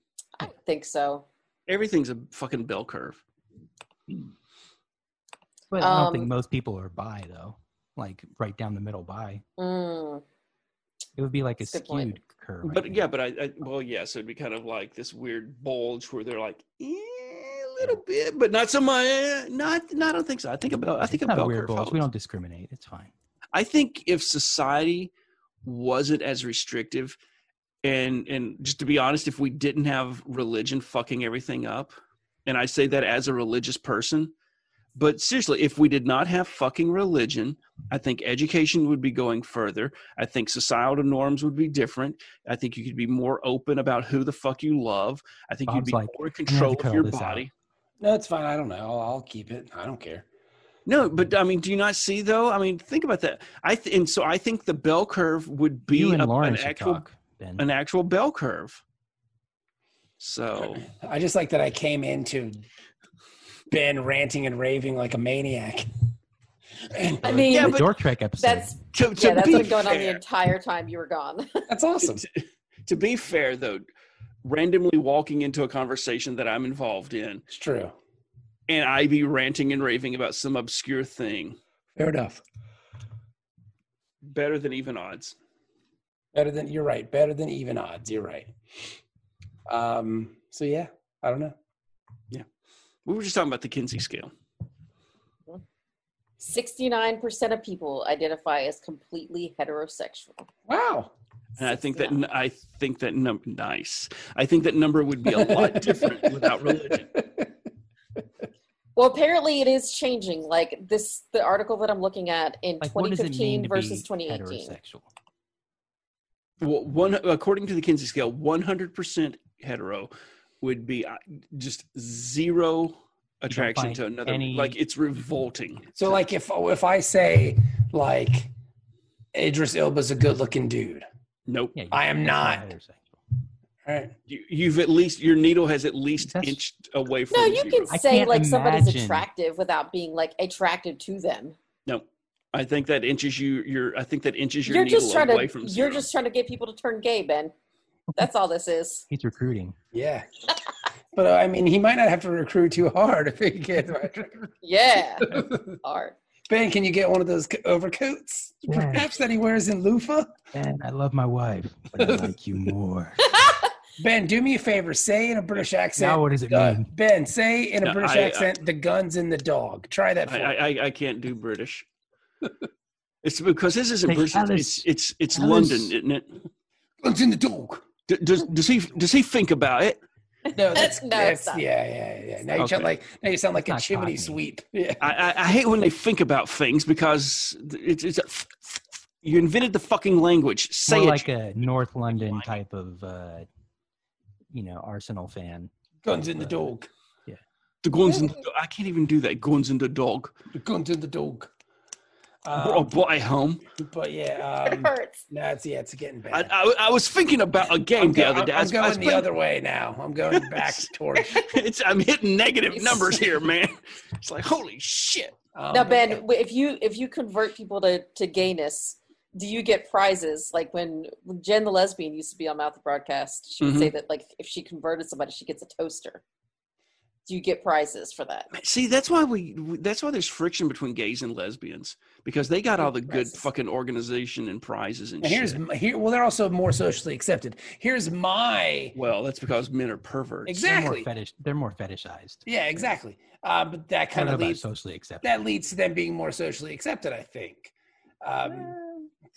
I don't think so. Everything's a fucking bell curve. But I don't think Um, most people are bi though. Like right down the middle bi. Mm. It would be like a That's a good skewed point. curve. I But think. yeah, but I, I well, yeah, so it'd be kind of like this weird bulge where they're like eh, a little bit, but not so much. eh, Not, no, I don't think so. I think about I think it's about not a bell weird curve. bulge. follows. We don't discriminate. It's fine. I think if society wasn't as restrictive and and just to be honest, if we didn't have religion fucking everything up, and I say that as a religious person, but seriously, if we did not have fucking religion, I think education would be going further. I think societal norms would be different. I think you could be more open about who the fuck you love. I think you'd Bob's be like, more in gonna have to control cut of all your this out. body. No, it's fine. I don't know. I'll, I'll keep it. I don't care. No, but I mean, do you not see though? I mean, think about that. I th- and so I think the bell curve would be you and a- Lauren an should actual talk, Ben. an actual bell curve. So I just like that I came into Ben ranting and raving like a maniac. And I mean, Yeah, the but- Dork Trek episode. that's to, to yeah, that's be been going on the fair- entire time you were gone. that's awesome. to, to be fair though, randomly walking into a conversation that I'm involved in It's true. and I be ranting and raving about some obscure thing Fair enough. better than even odds. Better than you're right. Better than even odds. You're right. Um. So yeah, I don't know. We were just talking about the Kinsey scale. Sixty-nine percent of people identify as completely heterosexual. Wow. And I think that 69. n- I think that number nice. I think that number would be a lot different without religion. Well, apparently it is changing. Like this, the article that I'm looking at in like, what does it mean 2015 to versus be 2018. heterosexual? Well, one according to the Kinsey scale, one hundred percent hetero would be uh, just zero attraction find to another. any- Mm-hmm. Like it's revolting. So like if if I say like Idris Elba's a good looking dude. Nope. Yeah, you- I am that's not. heterosexual. All right. You, you've at least your needle has at least That's- inched away from. No, you zero. can I say can't like somebody's imagine. attractive without being like attracted to them. No, I think that inches you. Your I think that inches your You're needle just trying away to from. Zero. you're just trying to get people to turn gay, Ben. That's all this is. He's recruiting. Yeah. But uh, I mean, he might not have to recruit too hard if he gets. Yeah. Art. Ben, can you get one of those co- overcoats? Yeah. Perhaps that he wears in loofah. And I love my wife, but I like you more. Ben, do me a favor. Say in a British accent. now, what does it uh, mean? ben, say in a No, British I- I- accent, the gun's in the dog. Try that for I, me. I I- I can't do British. It's because this isn't Hey, British. Alice. It's it's it's Alice. London, isn't it? Gun's in the dog. D- Does does he does he think about it? No, that's No, that's- stop. yeah, yeah, yeah. Now you Okay. sound like now you sound like a Not chimney Cockney. sweep. Yeah. I, I, I hate when they think about things because it's, it's a, you invented the fucking language. Say More it. like a North London type of, uh, you know, Arsenal fan. Guns in the dog. the guns and I can't even do that. Guns and the dog. Guns in the dog. or Um, boy home. but yeah, It um, hurts. no, it's yeah, it's getting I, bad. I, I was thinking about a game I'm, the go- other day. I I'm was- I was going the playing- other way now. I'm going back towards. it's, I'm hitting negative Yes. numbers here, man. It's like holy shit. Um, Now, Ben, w- if you if you convert people to to gayness, do you get prizes? Like when when Jen the lesbian used to be on Mouth the Broadcast, she would Mm-hmm. say that like if she converted somebody, she gets a toaster. Do you get prizes for that? See, that's why we. That's why there's friction between gays and lesbians because they got all the good Prizes. fucking organization and prizes and Now here's shit. my- here. Well, they're also more socially accepted. Here's my Well, that's because men are perverts. They're more, exactly. fetish, they're more fetishized. Yeah, exactly. Uh, but that I don't kind know of about leads socially acceptable. that leads to them being more socially accepted. I think. Um,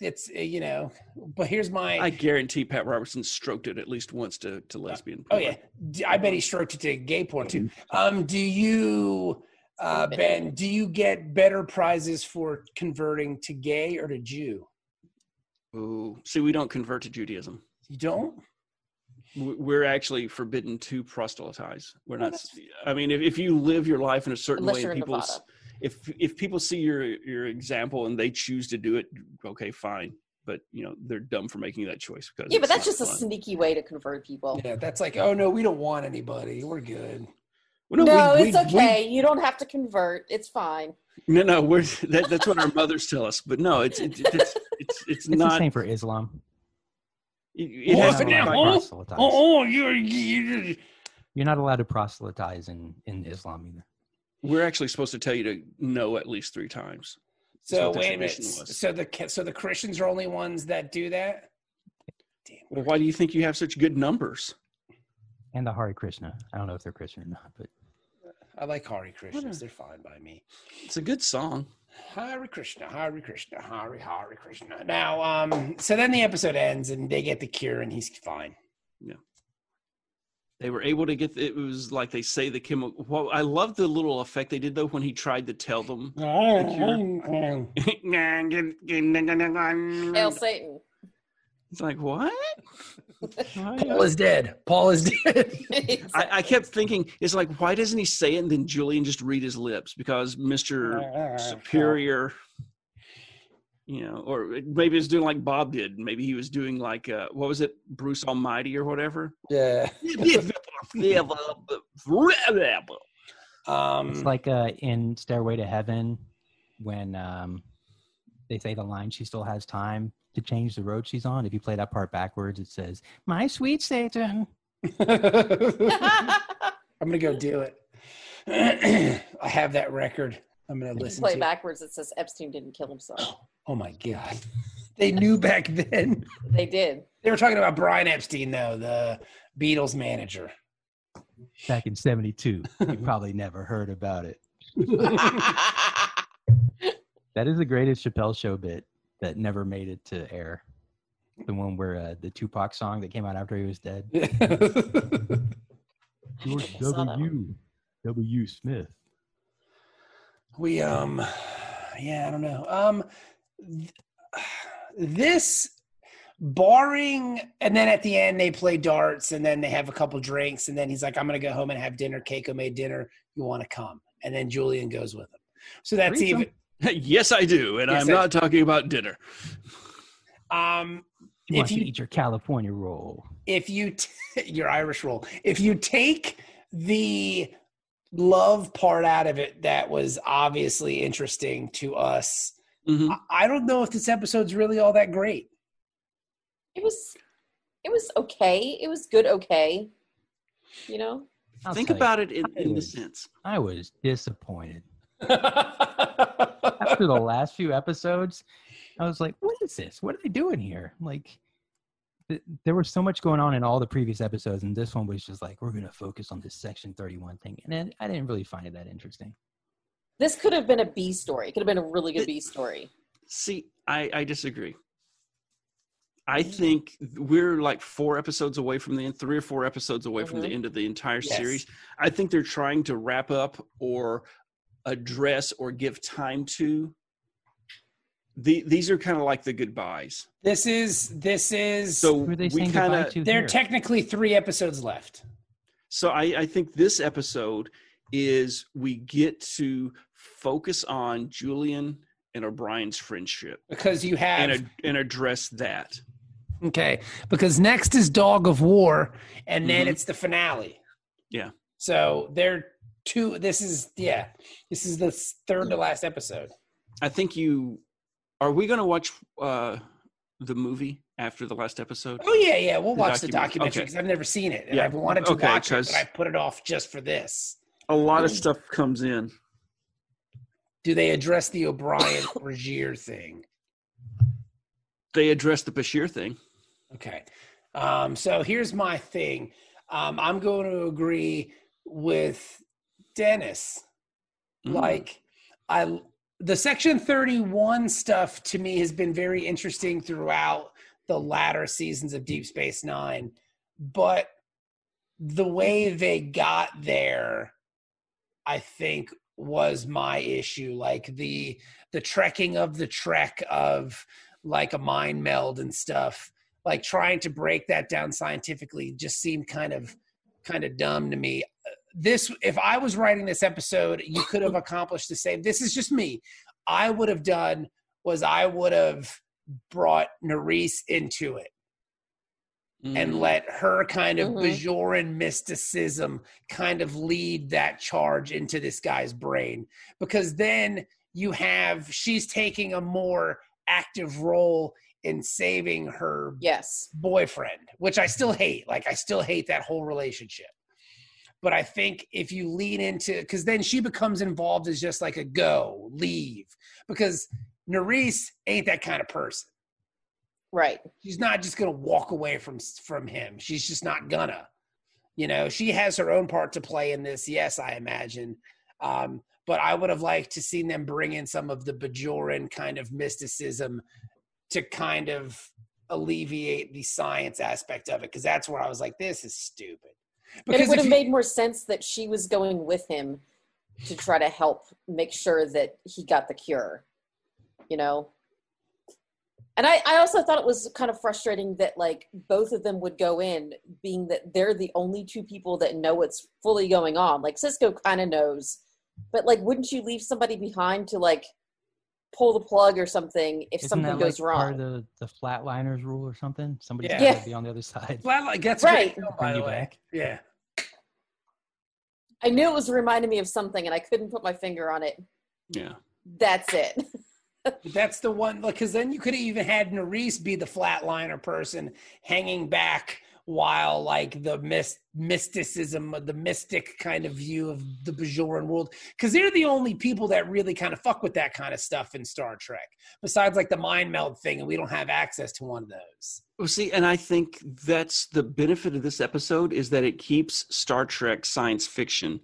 it's uh, you know, but here's my. I guarantee Pat Robertson stroked it at least once to, to lesbian. oh porn. yeah, D- I bet he stroked it to gay porn too. Um, do you, uh, Ben? Do you get better prizes for converting to gay or to Jew? Ooh. See, we don't convert to Judaism. You don't. W- We're actually forbidden to proselytize. We're not. s- I mean, if, if you live your life in a certain Unless way, you're and in people, Nevada. if if people see your your example and they choose to do it, okay, fine. But you know, they're dumb for making that choice because Yeah, but it's that's not just a fun. sneaky way to convert people. Yeah, that's like, oh no, we don't want anybody. We're good. Well, No, we- we- it's we- okay. you don't have to convert. It's fine. no, no, we're that, that's what our mothers tell us. But no, it's it, it's it's it's It's the not. same for Islam. It, it You're has not to be allowed to Oh, proselytize. Oh, you're, you You're not allowed to proselytize in, in Islam either. We're actually supposed to tell you to no at least three times. That's So what the wait a minute. tradition was. So the ca- so the Christians are only ones that do that. Well, why do you think you have such good numbers? And the Hare Krishna. I don't know if they're Christian or not, but I like Hari Krishnas. They're fine by me. It's a good song. Hare Krishna, Hare Krishna, Hare Hare Krishna. Now, um, so then the episode ends and they get the cure and he's fine. They were able to get it was like they say the chemical. Well, I love the little effect they did though when he tried to tell them. Hail it's Satan. like what? Paul is dead. Paul is dead. I, I kept thinking it's like why doesn't he say it and then Julian just read his lips because Mister Superior, you know, or maybe it's doing like Bob did. Maybe he was doing like uh, what was it, Bruce Almighty or whatever. Yeah. Um, Mm. It's like uh, in Stairway to Heaven when um, they say the line, she still has time to change the road she's on. If you play that part backwards, it says, My sweet Satan. I'm if gonna go do it. I have that record. I'm gonna you listen play to. backwards, it says Epstein didn't kill himself. Oh my god, they knew back then. They did. They were talking about Brian Epstein though, the Beatles manager. Back in 72. you probably never heard about it. That is the greatest Chappelle show bit that never made it to air. The one where uh, the Tupac song that came out after he was dead. George I saw that one. W. Smith. we um yeah i don't know um th- this barring and then at the end they play darts and then they have a couple drinks and then he's like i'm gonna go home and have dinner keiko made dinner you want to come and then julian goes with him so that's Threesome. even yes, I do, and Yes, I'm I- not talking about dinner. um You If want you- to eat your California roll. if you t- your irish roll if you take the love part out of it that was obviously interesting to us Mm-hmm. Mhm. I- i don't know if this episode's really all that great It was it was okay. It was good okay. You know? I'll Think tell you, about it in, in Anyway. the sense. I was disappointed. After the last few episodes, I was like, what is this? What are they doing here? Like, th- there was so much going on in all the previous episodes, and this one was just like, we're going to focus on this Section 31 thing. And then I didn't really find it that interesting. This could have been a B story. It could have been a really good B story. See, I, I disagree. I Mm. think we're like four episodes away from the end, three or four episodes away from the Mm-hmm. Mhm. end of the entire Yes. series. I think they're trying to wrap up or address or give time to. The, these are kind of like the goodbyes. This is this is So Who are they we saying kind goodbye of to there are here? technically three episodes left. So I, I think this episode is we get to focus on Julian and O'Brien's friendship Because you have and ad- and address that. Okay, because next is Dog of War, and then Mhm. it's the finale. Yeah. So they're two. This is yeah. This is the s- third Mm. to last episode. I think you are we going to watch uh the movie after the last episode? Oh yeah, yeah. We'll The watch the document- documentary okay. because I've never seen it, and Yeah, I've wanted to okay, watch it, 'cause- but I put it off just for this. A lot of stuff comes in. Do they address the O'Brien Regier thing? They address the Bashir thing. Okay. Um, so here's my thing. Um, I'm going to agree with Dennis. Mm. like i the section 31 stuff to me has been very interesting throughout the latter seasons of deep space nine but the way they got there i think was my issue like the the trekking of the trek of like a mind meld and stuff like trying to break that down scientifically just seemed kind of kind of dumb to me this if i was writing this episode you could have accomplished the same this is just me i would have done was i would have brought Nerys into it Mm. and let her kind of Mhm. Bajoran mysticism kind of lead that charge into this guy's brain. Because then you have, she's taking a more active role in saving her Yes. boyfriend, which I still hate. Like, I still hate that whole relationship. But I think if you lean into, because then she becomes involved as just like a go, leave, because Nerys ain't that kind of person Right. she's not just gonna walk away from from him. She's just not gonna. You know, she has her own part to play in this. Yes, I imagine. Um, but I would have liked to seen them bring in some of the Bajoran kind of mysticism to kind of alleviate the science aspect of it, because that's where I was like, this is stupid. And it if would have you- made more sense that she was going with him to try to help make sure that he got the cure, you know? And I, I also thought it was kind of frustrating that, like, both of them would go in, being that they're the only two people that know what's fully going on. Like, Cisco kind of knows, but, like, wouldn't you leave somebody behind to, like, pull the plug or something if Isn't something that, goes like, wrong? Part of the the flatliners rule or something. Somebody's Yeah. got Yeah. to be on the other side. Well, like, that's a great Right. film, Bring by the you way. back. Yeah. I knew it was reminding me of something, and I couldn't put my finger on it. yeah. That's it. That's the one, because then you could have even had Nerys be the flatliner person hanging back while like the mys- mysticism, the mystic kind of view of the Bajoran world, because they're the only people that really kind of fuck with that kind of stuff in Star Trek. Besides like the mind meld thing, and we don't have access to one of those. Well, see, and I think that's the benefit of this episode is that it keeps Star Trek science fiction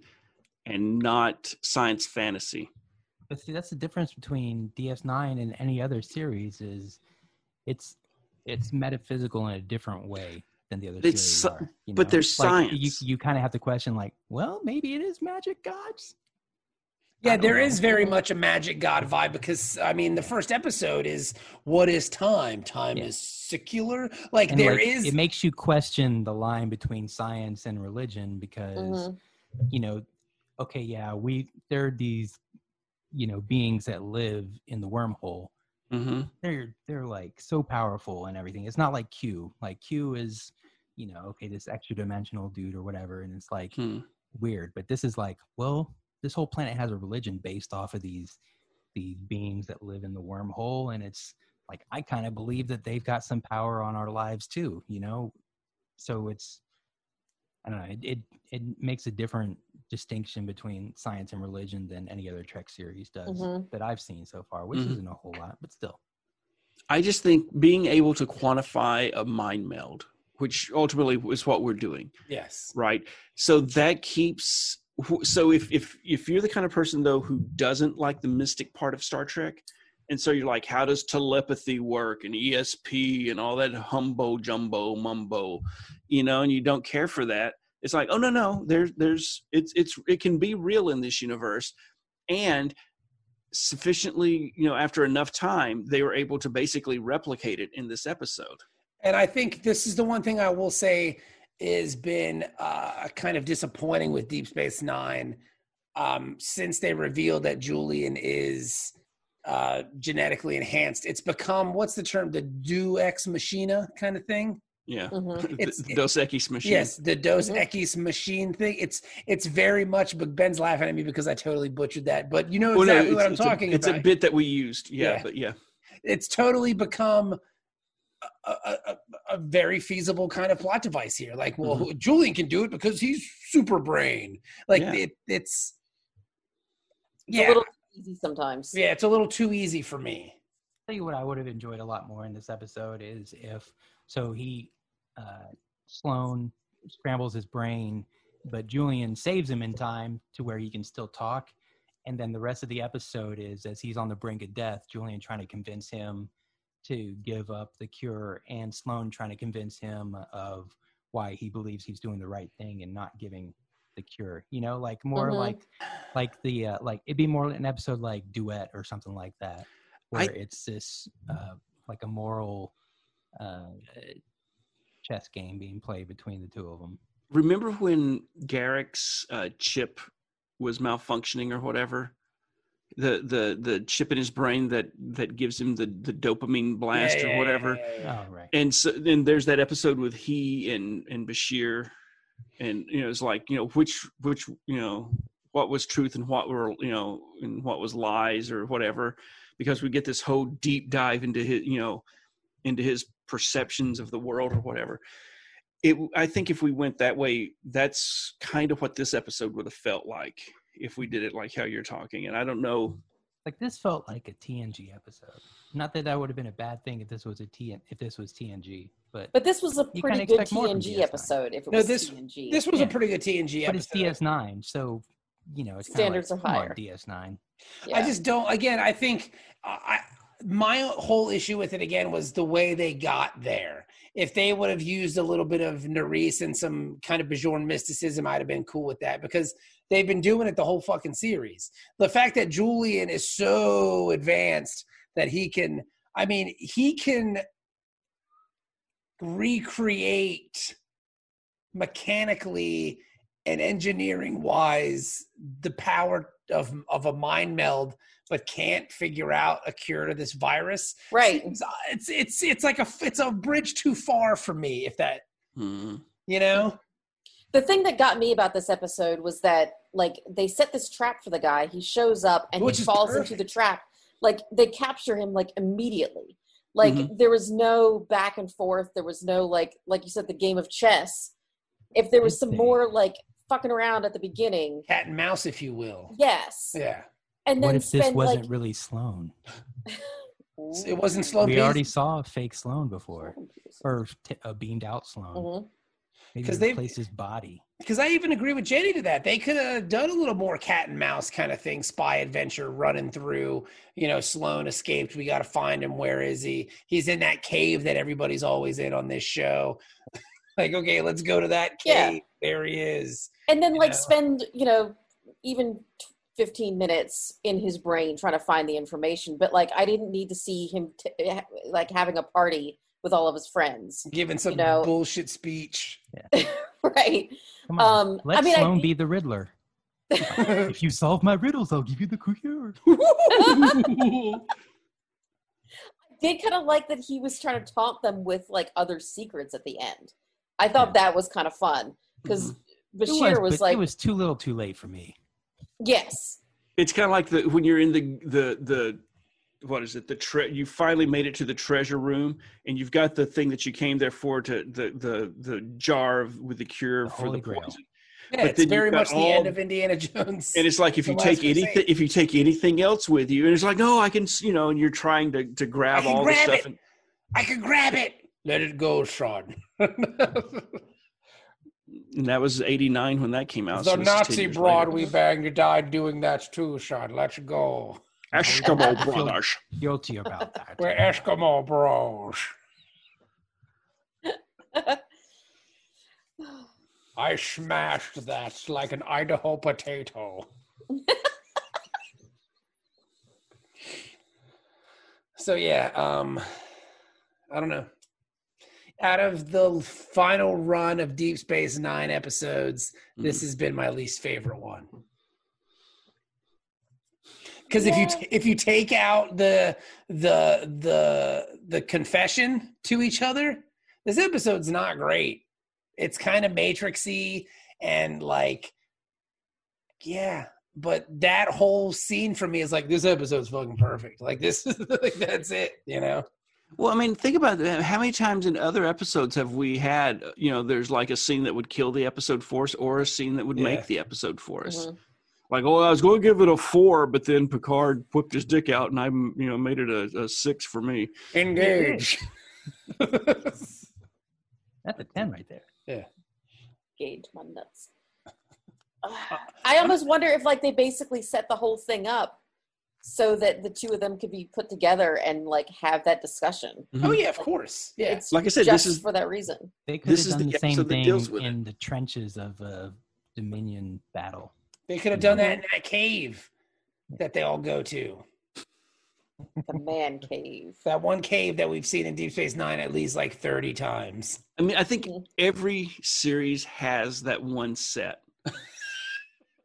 and not science fantasy. But see, that's the difference between DS9 and any other series is it's it's metaphysical in a different way than the other It's series sci- are. you but know? there's Like, You, science. you kind of have to question, like, well, maybe it is magic gods. I Yeah, don't there know. is very much a magic god vibe because I mean the first episode is what is time? Time Yeah. is secular. Like And, there like, is It makes you question the line between science and religion because Mhm. you know, okay, yeah, we there are these you know beings that live in the wormhole Mm-hmm. they're they're like so powerful and everything. It's not like Q. Like Q is, you know, okay, this extra dimensional dude or whatever, and it's Hmm. like weird. But this is like, well, this whole planet has a religion based off of these these beings that live in the wormhole, and it's like I kind of believe that they've got some power on our lives too, you know. So it's I don't know. It it, it makes a different distinction between science and religion than any other Trek series does Mhm. that I've seen so far, which Mhm. isn't a whole lot, but still. I just think being able to quantify a mind meld, which ultimately is what we're doing. yes. right so that keeps wh- so if if if you're the kind of person though who doesn't like the mystic part of star trek And so you're like, how does telepathy work and ESP and all that humbo jumbo mumbo, you know? And you don't care for that. It's like, oh no, no, there's there's it's it's it can be real in this universe, and sufficiently, you know, after enough time, they were able to basically replicate it in this episode. And I think this is the one thing I will say has been uh, kind of disappointing with Deep Space Nine um, since they revealed that Julian is uh, genetically enhanced. It's become what's the term, the Deus Machina kind of thing. Yeah, Mhm. it's, It's- Dos Equis machine. Mm-hmm. Yes, the Dos Mhm. Equis machine thing. It's it's very much. But Ben's laughing at me because I totally butchered that. But you know Well, no, exactly what it's- I'm it's a- talking it's about. a bit that we used. yeah. Yeah. but yeah. it's totally become a, a, a, a very feasible kind of plot device here. Like, well, Mhm. Julian can do it because he's super brain. Like, Yeah. it, it's It's yeah, a little easy sometimes. yeah, it's a little too easy for me. tell you what I would have enjoyed a lot more in this episode is if so he uh Sloan scrambles his brain, but Julian saves him in time to where he can still talk. And then the rest of the episode is as he's on the brink of death, Julian trying to convince him to give up the cure and Sloan trying to convince him of why he believes he's doing the right thing and not giving the cure. You know, like more Mhm. like like the uh, like it'd be more an episode like duet or something like that I- where it's this uh, like a moral uh, uh, chess game being played between the two of them Remember when Garrick's uh, chip was malfunctioning or whatever? The the the chip in his brain that that gives him the the dopamine blast Yeah, yeah, or yeah, whatever. yeah, yeah, yeah. oh right And so then there's that episode with he and and Bashir, and you know it's like you know which which you know what was truth and what were you know and what was lies or whatever, because we get this whole deep dive into his you know into his perceptions of the world or whatever. It I think if we went that way, that's kind of what this episode would have felt like if we did it like how you're talking. And I don't know like this felt like a tng episode not that that would have been a bad thing if this was a tn if this was tng but But this was a You pretty kinda good expect more from TNG DS9. episode. If it No, was this- TNG, This was a Yeah. pretty good TNG but it's episode. ds9 so you know it's kinda Standards like, are come on, higher. ds9 I Yeah. just don't. Again, I think I my whole issue with it again was the way they got there. If they would have used a little bit of Nerys and some kind of Bajoran mysticism, I'd have been cool with that because they've been doing it the whole fucking series. The fact that Julian is so advanced that he can, I mean, he can recreate mechanically and engineering wise the power of of a mind meld but can't figure out a cure to this virus right. Seems- it's it's it's like a it's a bridge too far for me if that hmm, you know The thing that got me about this episode was that like they set this trap for the guy. He shows up and Which he is falls perfect. into the trap. Like they capture him like immediately. Like Mm-hmm. there was no back and forth. There was no like like you said the game of chess. If there was some Interesting. more like fucking around at the beginning, cat and mouse if you will yes. yeah And then what if spend this wasn't like really sloan it wasn't slow we already saw a fake sloan before or t- a beamed out sloan Mhm. maybe 'Cause replace they've- his body because I even agree with Jenny to that. They could have done a little more cat and mouse kind of thing, spy adventure running through. You know, Sloan escaped. We got to find him. Where is he? He's in that cave that everybody's always in on this show. like, okay, let's go to that Yeah. cave. There he is. and then you like know? spend you know even t- 15 minutes in his brain trying to find the information but like i didn't need to see him t- ha- like having a party with all of his friends Giving some know- bullshit speech. right come on Um, I let mean, I sloan think- be the riddler if you solve my riddles i'll give you the cure did kind of like that he was trying to taunt them with like other secrets at the end i thought Yeah. Mm-hmm. that was kind of fun because It bashir was, but like it was too little, too late for me. yes it's kind of like the when you're in the the the what is it the tre- you finally made it to the treasure room and you've got the thing that you came there for to the the the jar of, with the cure The for Holy the Grail. poison Yeah, But it's then you've very got much the end all- of Indiana Jones. and it's like if The you last take crusade. anything if you take anything else with you and it's like no i can s- you know and you're trying to to grab can all grab the it. stuff and I could grab it. Let it go, Sean. and that was 89 when that came out the so this is 10 Nazi years broad we later. banged died doing that too, Sean. Let's go. Eskimo brothers. Guilty about that. We're Eskimo bros. I smashed that like an Idaho potato. so yeah, um I don't know. Out of the final run of Deep Space 9 episodes, this has been my least favorite one. Cuz if you Yeah. t- if you take out the the the the confession to each other, this episode's not great. It's kind of matrixy and like yeah, but that whole scene for me is like this episode's fucking perfect. Like this is like that's it, you know. Well, I mean, think about that. How many times in other episodes have we had, uh, you know, there's like a scene that would kill the episode for us or a scene that would Yeah. make the episode for us? Mhm. Like, oh, I was going to give it a four, but then Picard whipped his dick out and I, you know, made it a, a six for me. Engage. That's a 10 right there. Gauge my nuts. I almost wonder if like they basically set the whole thing up so that the two of them could be put together and like have that discussion. Mm-hmm. oh yeah, of course. Yeah. It's Like I said, just this is for that reason. They could This have is done the the, same episode that deals thing with it. in the trenches of a Dominion battle. they could have done Mhm. that in that cave that they all go to. The man cave. That one cave that we've seen in Deep Space Nine at least like 30 times. I mean, I think Mhm. every series has that one set. I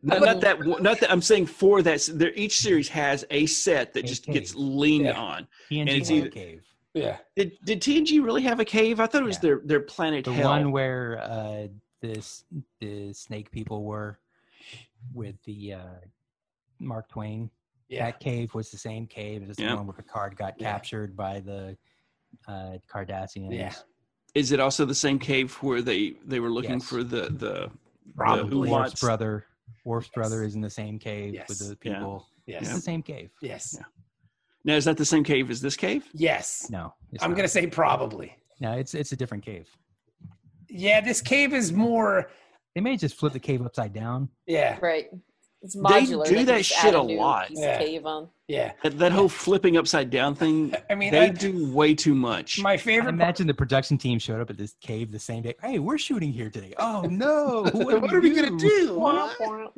not, wouldn't- not that. one- Not that I'm saying for that. s- There, each series has a set that just Okay. gets leaned Yeah. on. TNG it's had a either- cave. Yeah. Did Did TNG really have a cave? I thought it was Yeah. their their planet The hell. one where uh, this the snake people were with the uh, Mark Twain. Yeah. That cave was the same cave as Yeah. the one where Picard got Yeah. captured by the uh, Cardassians. Yeah. Is it also the same cave where they they were looking Yes. for the the? Probably. Watts. Worf's brother. Worf's brother Yes. is in the same cave with Yes. the Yeah. people. It's Yes. the same cave. Yes. Yeah. Now is that the same cave as this cave? Yes. No, it's I'm not. going to say probably. No, it's it's a different cave. Yeah, this cave is more They may just flip the cave upside down. yeah. Right. It's modular. do They that just shit add a new lot. piece of Yeah. cave on. Yeah. That, that whole flipping upside down thing. I mean, they I- do way too much. My I favorite imagine the production team showed up at this cave the same day. Hey, we're shooting here today. Oh no! What, What do are we we gonna do? do? What?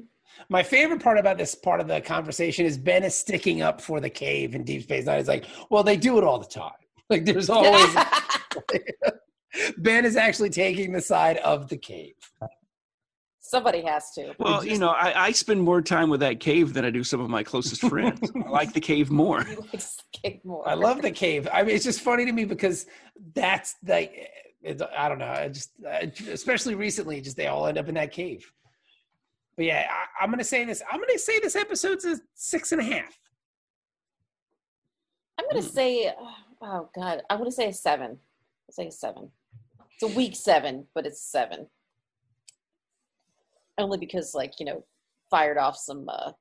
My favorite part about this part of the conversation is Ben is sticking up for the cave in Deep Space Nine. He's like, well, they do it all the time. Like, there's always Ben is actually taking the side of the cave. Somebody has to. Well, you know, I, I spend more time with that cave than I do some of my closest friends. I like the cave more. He likes the cave more. I love the cave. I mean, it's just funny to me because that's like, it, I don't know. I just, I, especially recently, just they all end up in that cave. But yeah, I, I'm gonna say this. I'm gonna say this episode's a six and a half. I'm gonna say, oh god, I'm gonna say a seven. I'll say a seven. It's a weak seven, but it's seven. Only because, like you know, fired off some uh,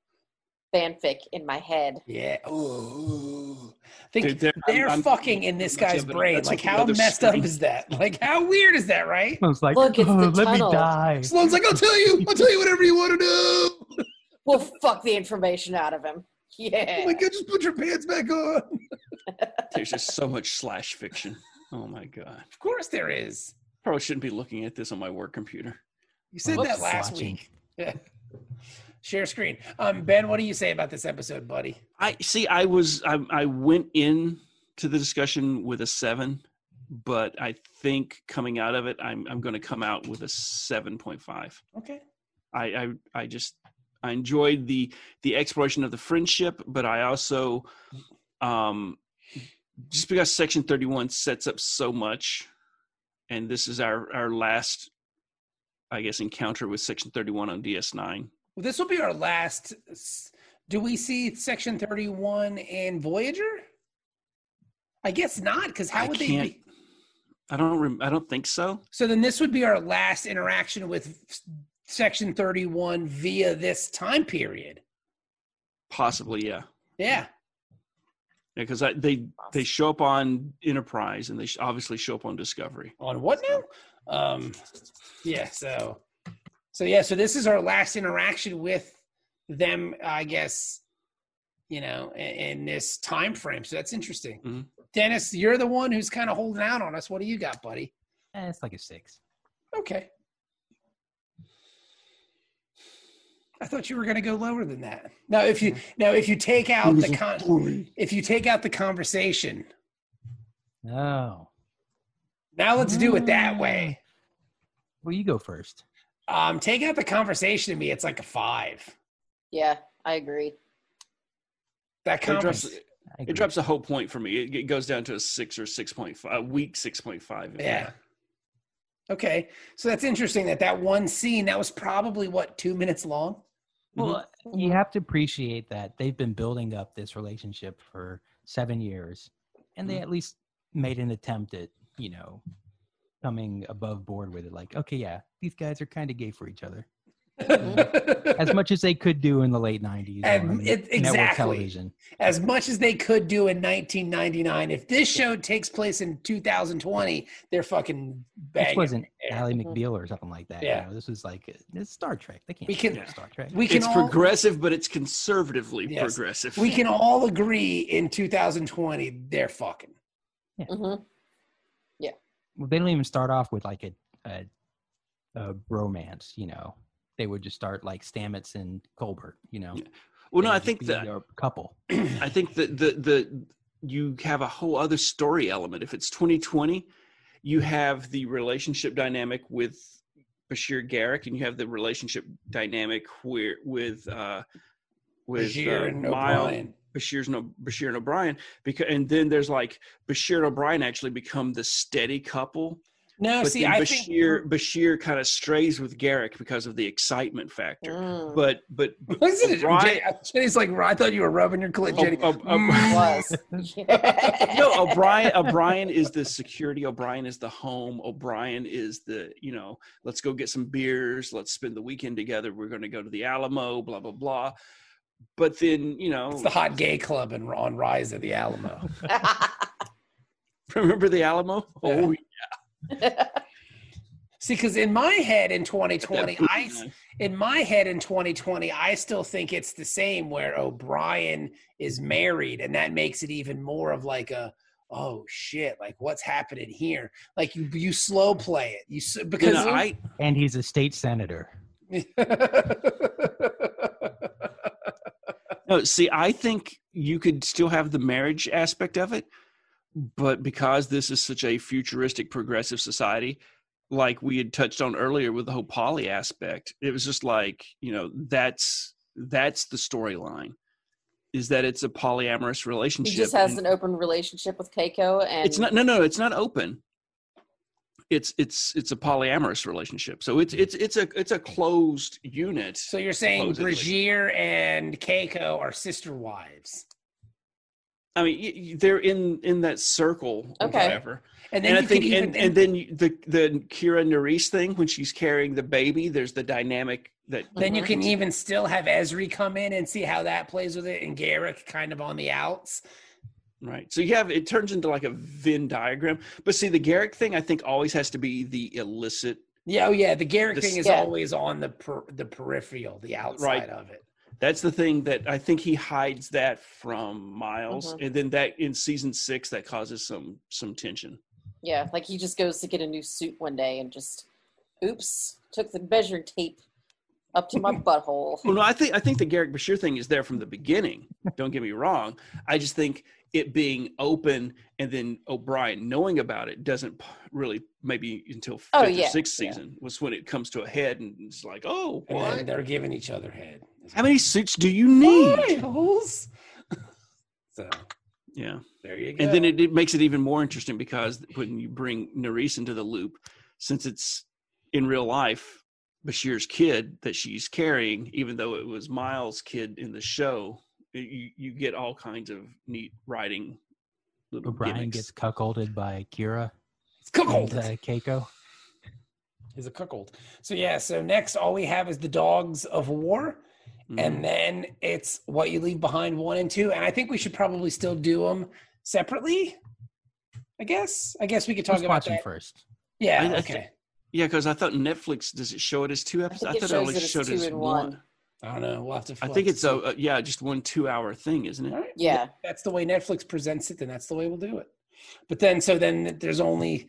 fanfic in my head. Yeah. Ooh. Think Dude, they're- I'm- they're I'm- fucking in this that's guy's another- brain. that's Like, how another messed up screen. is that? Like, how weird is that, right? I was like, Look, it's the "Oh, let me tunnel." die. Sloan's like, I'll tell you. I'll tell you whatever you want to know. We'll fuck the information out of him. Yeah. Oh my God, just put your pants back on. There's just so much slash fiction. Oh my god! Of course there is. Probably shouldn't be looking at this on my work computer. You said Whoops. that last Watching. week. Yeah. Share screen. Um, Ben, what do you say about this episode, buddy? I see. I was. I, I went in to the discussion with a seven, but I think coming out of it, I'm I'm going to come out with a seven point five. Okay. I, I I just I enjoyed the the exploration of the friendship, but I also um just because section 31 sets up so much and this is our our last I guess encounter with section 31 on DS9. Well, this will be our last. s- Do we see Section Thirty-One in Voyager? I guess not, because how I would they? can't- Be? I don't rem- I don't think so. So then, this would be our last interaction with s- Section Thirty-One via this time period. Possibly, yeah. Yeah. Because I they they show up on Enterprise and they sh- obviously show up on Discovery. On what now? Um, yeah. So, so yeah. So this is our last interaction with them. I guess you know, i- in, this time frame. So that's interesting. Mhm. Dennis, you're the one who's kind of holding out on us. What do you got, buddy? Eh, it's like a six. Okay. I thought you were going to go lower than that. Now, if you now if you take out the con- if you take out the conversation, Oh. now let's do it that way. Well, you go first. Ah. Um, take out the conversation to me, it's like a five. Yeah, I agree. That It drops, conversation. I it drops a whole point for me. It, it goes down to a six or 6.5, a weak 6.5. if Yeah. Okay, so that's interesting that that one scene that was probably what two minutes long. Well, you have to appreciate that they've been building up this relationship for seven years, and Mm-hmm. they at least made an attempt at you know coming above board with it. Like, okay, yeah, these guys are kind of gay for each other, as much as they could do in the late '90s And on it- network exactly. television. as much as they could do in 1999. If this show takes place in 2020, they're fucking This banging. wasn't Yeah. Mm-hmm. Ally Mhm. McBeal or something like that. you Yeah. know, this was like it's Star Trek. They can't We can- do Star Trek. We can It's all progressive, but it's conservatively Yes. progressive. we can all agree in 2020 they're fucking. hmm Well, they don't even start off with like a, a a bromance, you know. They would just start like Stamets and Colbert, you know. well, They no, I would just think be that a couple. I think that the the you have a whole other story element. If it's 2020, you Mm-hmm. have the relationship dynamic with Bashir Garrick, and you have the relationship dynamic where with uh, with Bashir uh, and Miles- O'Brien. Bashir's no Bashir and O'Brien because and then there's like Bashir and O'Brien actually become the steady couple. No, but Oh, see, then I think Bashir Bashir kind of strays with Garrick because of the excitement factor. Mm. Mm. But but Wasn't it? O'Brien- Jenny- Jenny's like, I thought you were rubbing your clit, Jenny. "Mm, O- O- O- was. no, O'Brien. O'Brien is the security. O'Brien is the home. O'Brien is the you know. Let's go get some beers. Let's spend the weekend together. We're going to go to the Alamo. Blah blah blah. But then you know, It's the hot gay club in, on Rise of the Alamo. remember the Alamo? Oh, see, because in my head in 2020, that- I s- in my head in 2020, I still think it's the same where O'Brien is married, and that makes it even more of like a oh shit, like what's happening here? Like you you slow play it, you s- You because know, I And he's a state senator. no see. I think you could still have the marriage aspect of it, but because this is such a futuristic, progressive society, like we had touched on earlier with the whole poly aspect, it was just like you know that's that's the storyline, is that it's a polyamorous he relationship. just has and- an open relationship with Keiko, and it's not no no it's not open. It's it's it's a polyamorous relationship, so it's it's it's a it's a closed unit. so you're saying Supposedly. Brigier and Keiko are sister wives, I mean, y- y- they're in in that circle, or Okay. whatever. and then And, I you think, could even and, and then you- the the Kira Nerys thing when she's carrying the baby, there's the dynamic that Then you can even still have Esri come in and see how that plays with it, and Garrick kind of on the outs. right. So you have it turns into like a Venn diagram. But see, the Garrick thing, I think, always has to be the illicit. Yeah, oh yeah, the Garrick This- thing is Yeah. always on the per, the peripheral, the outside Right. of it. That's the thing that I think he hides that from Miles, Uh-huh. Mhm. and then that in season six that causes some some tension. yeah, like he just goes to get a new suit one day and just, oops, took the measuring tape up to my butthole. Well, no, I think I think the Garrick Bashir thing is there from the beginning. Don't get me wrong. I just think it being open and then O'Brien knowing about it doesn't p- really maybe until fifth Oh, yeah, or sixth yeah. season was when it comes to a head and it's like, oh, And then what? they're giving each other head. How many suits do you need? Why, holes? so Yeah, there you go. and then it, it makes it even more interesting because when you bring Nerys into the loop, since it's in real life Bashir's kid that she's carrying, even though it was Miles' kid in the show, you, you get all kinds of neat writing. Little O'Brien gimmicks. gets cuckolded by Kira it's and cuckold. uh, Keiko. He's a cuckold. So yeah. So next, all we have is the dogs of war. Mhm. and then it's what you leave behind one and two and i think we should probably still do them separately i guess i guess we could talk Let's about watch him that first. yeah I- I okay yeah, because I thought Netflix does it show it as two episodes? think I, it thought shows it only it as showed two it as and one. one. I don't know. We'll have to. I we'll think have it's to a, a yeah, just one two-hour thing, isn't see. All it? right. Yeah. If that's the way Netflix presents it. Then that's the way we'll do it. But then, so then there's only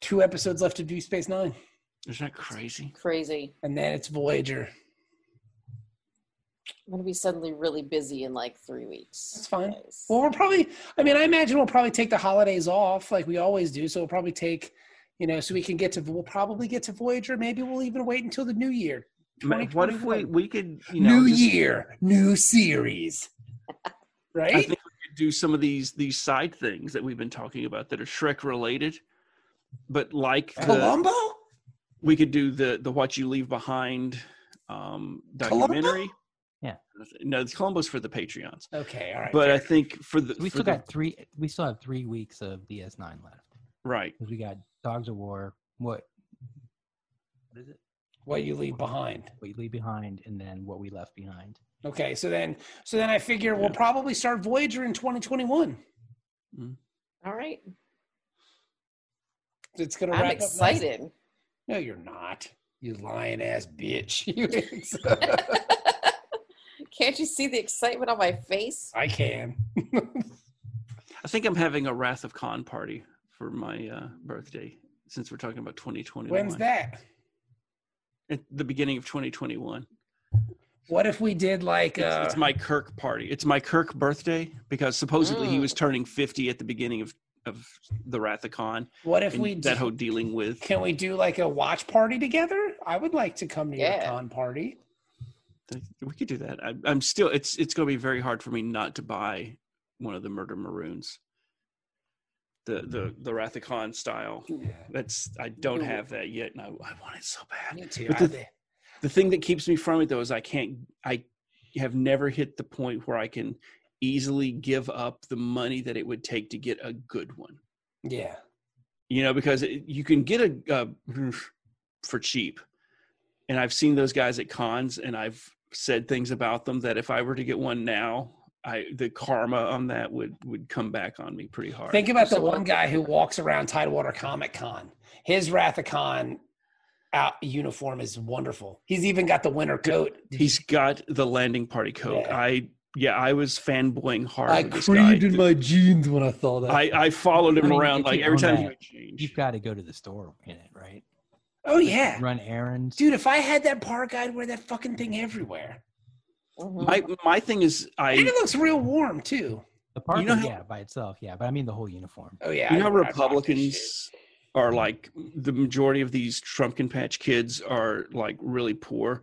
two episodes left of Deep Space Nine, Isn't that crazy? Crazy. and then it's Voyager. I'm gonna be suddenly really busy in like three weeks. That's fine. guys. Well, we're probably. I mean, I imagine we'll probably take the holidays off like we always do. So we'll probably take, you know, so we can get to. We'll probably get to Voyager. Maybe we'll even wait until the new year. Ma- What if we 2021. we could you know new just- year, new series, I right? think we could do some of these these side things that we've been talking about that are Shrek related, but like the, Columbo. we could do the the what you leave behind um documentary. Yeah. No, the Columbo's for the Patreons. Okay, all right. But uh, I think for the We for still the- got three. We still have three weeks of DS9 left right. because we got Dogs of War. What? What is it? what you leave behind. What you leave behind, and then what we left behind. Okay, so then, so then I figure we'll Yeah. probably start Voyager in 2021. All right. It's gonna. I'm wrap up nice- excited. No, you're not. You lying ass bitch. You. Can't you see the excitement on my face? I can. I think I'm having a Wrath of Khan party for my uh, birthday since we're talking about 2021. When's that? At the beginning of 2021. What if we did like It's, uh, it's my Kirk party. It's my Kirk birthday because supposedly he Mm. was turning 50 at the beginning of of the Wrath of Khan. what if and we that did, whole dealing with can we do like a watch party together? I would like to come to your Yeah. con party. we could do that. I, I'm still it's it's going to be very hard for me not to buy one of the Murder Maroons. The the the Wrath of Khan style. That's I don't Ooh. have that yet, and I, I want it so bad. Me too. But I- the- the thing that keeps me from it though is i can't i have never hit the point where i can easily give up the money that it would take to get a good one yeah. you know because it, you can get a uh, for cheap and i've seen those guys at cons and i've said things about them that if i were to get one now i the karma on that would would come back on me pretty hard Think about the one guy who walks around Tidewater Comic Con. His Rathacon out uniform is wonderful. He's even got the winter coat. he's got the landing party coat Yeah. i yeah i was fanboying hard I with this guy. creamed in my jeans when I saw that. I, I followed him I mean, around if like you every own time that, he would change. You've got to go to the store in it, right? oh yeah, Run errands. dude. If I had that park, I'd wear that fucking thing everywhere. Mhm. My my thing is I And it looks real warm too. The park, know is- how- yeah, by itself, yeah. But I mean the whole uniform. Oh yeah. you I- know how I rock that shit. Republicans are like the majority of these Trumpkin patch kids are like really poor,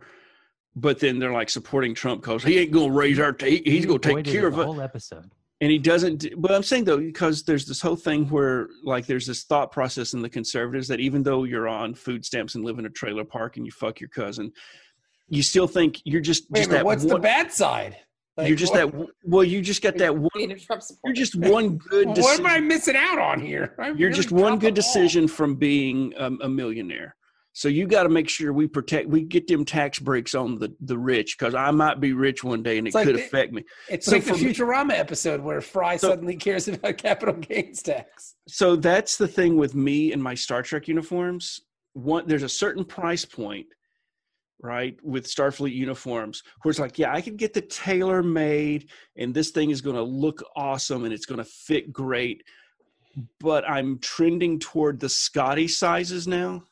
but then they're like supporting Trump because he ain't gonna raise our ta- he- he's You gonna take avoided it care of the us whole episode. and he doesn't. d- But I'm saying though because there's this whole thing where like there's this thought process in the conservatives that even though you're on food stamps and live in a trailer park and you fuck your cousin. You still think you're just Wait a just minute, that what's the one- bad side? Like, you're just what- that w- well you just got that one Being a Trump you're supporter. just one good What am I decision. missing out on here? I You're really just one dropped the good ball. decision from being um, a millionaire. So you got to make sure we protect, we get them tax breaks on the the rich because I might be rich one day and it It's like could the- affect me. It's So like the for me- Futurama episode where Fry So- suddenly cares about capital gains tax. So that's the thing with me and my Star Trek uniforms. One, there's a certain price point, right, with Starfleet uniforms where it's like, yeah, I could get the tailor made, and this thing is going to look awesome and it's going to fit great. But I'm trending toward the Scotty sizes now.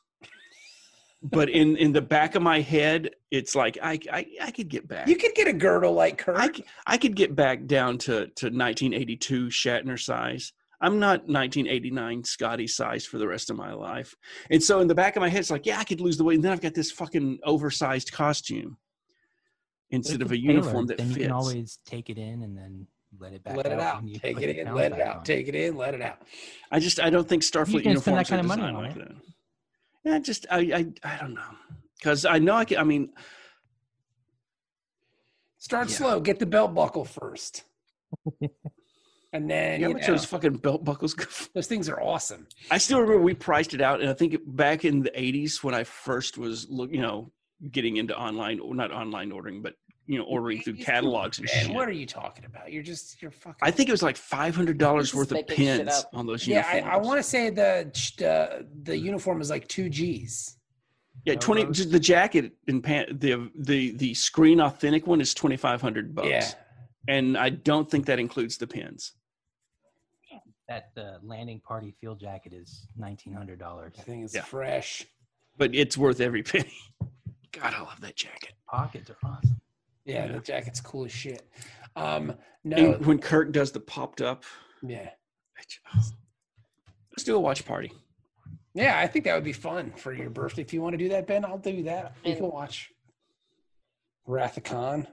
But in in the back of my head, it's like I I, I could get back. You could get a girdle like Kurt. I, c- I could get back down to, to 1982 Shatner size. I'm not 1989 Scotty size for the rest of my life. And so in the back of my head, it's like, yeah, I could lose the weight. And then I've got this fucking oversized costume But if instead of a it's uniform tailored, that then fits. you can always take it in and then let it back let it out. when you Take put it the in, sound let it back out. on. Take it in, let it out. I just, I don't think Starfleet can spend that uniforms kind are of money designed on like it. that. Yeah, I just, I, I, I don't know. Cause I know I can, I mean, Start Yeah. slow. Get the belt buckle first. and then how you much know, those fucking belt buckles go for? those things are awesome. I still remember we priced it out, and I think it- back in the '80s when I first was, look, you know, getting into online or not online ordering, but you know, ordering through You- catalogs and man, What shit. are you talking about? You're just you're fucking I think it was like five hundred dollars Just worth of making shit pins up. on those Yeah, uniforms. Mm-hmm. I, I want to say the, the the uniform is like two G's. Yeah, No twenty. roast? Just the jacket and pant, the the the screen authentic one is twenty five hundred bucks, Yeah. and I don't think that includes the pins. That uh, landing party field jacket is nineteen hundred dollars. I think it's Yeah. fresh. But it's worth every penny. God, I love that jacket. Pockets are awesome. Yeah, Yeah. the jacket's cool as shit. Um, no, And when Kirk does the popped up, yeah, I ju- let's do a watch party. yeah. I think that would be fun for your birthday. If you want to do that, Ben, I'll do that. We And- can watch Wrath of Khan.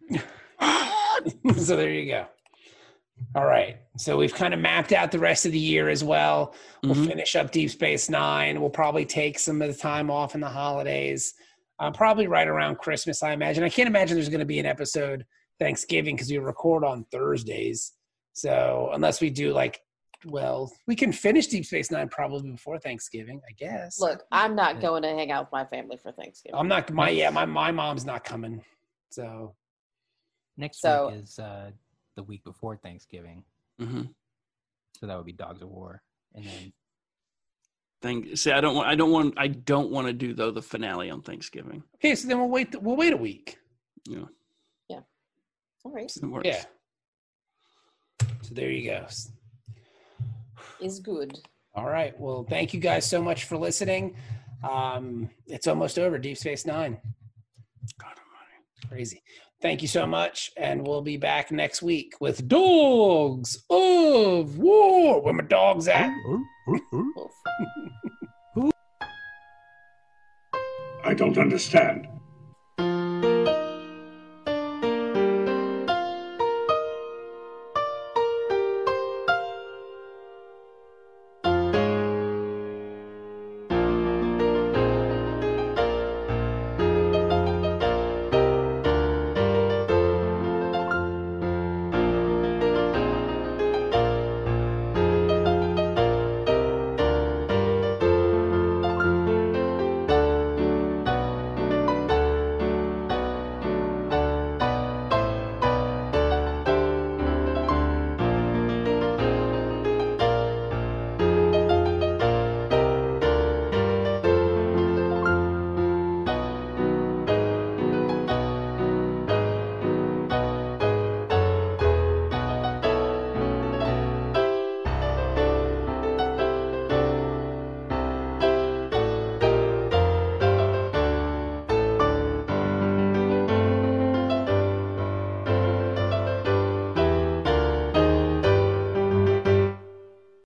so there you go. All right. So we've kind of mapped out the rest of the year as well. We'll Mhm. finish up Deep Space Nine. We'll probably take some of the time off in the holidays. Uh, probably right around Christmas, I imagine. I can't imagine there's going to be an episode Thanksgiving because we record on Thursdays. So unless we do like, well, we can finish Deep Space Nine probably before Thanksgiving, I guess. Look, I'm not going to hang out with my family for Thanksgiving. I'm not my yeah my my mom's not coming. So Next So- week is uh, the week before Thanksgiving, Mm-hmm. so that would be Dogs of War, and then Thank. See, I don't want. I don't want. I don't want to do though the finale on Thanksgiving. okay, so then we'll wait we'll wait a week. All right, It works. Yeah. So there you go. is good. All right. Well, thank you guys so much for listening. Um, it's almost over. Deep Space Nine. God almighty. Crazy. Thank you so much. And we'll be back next week with Dogs of War. Where my dog's at. Oof. I don't understand.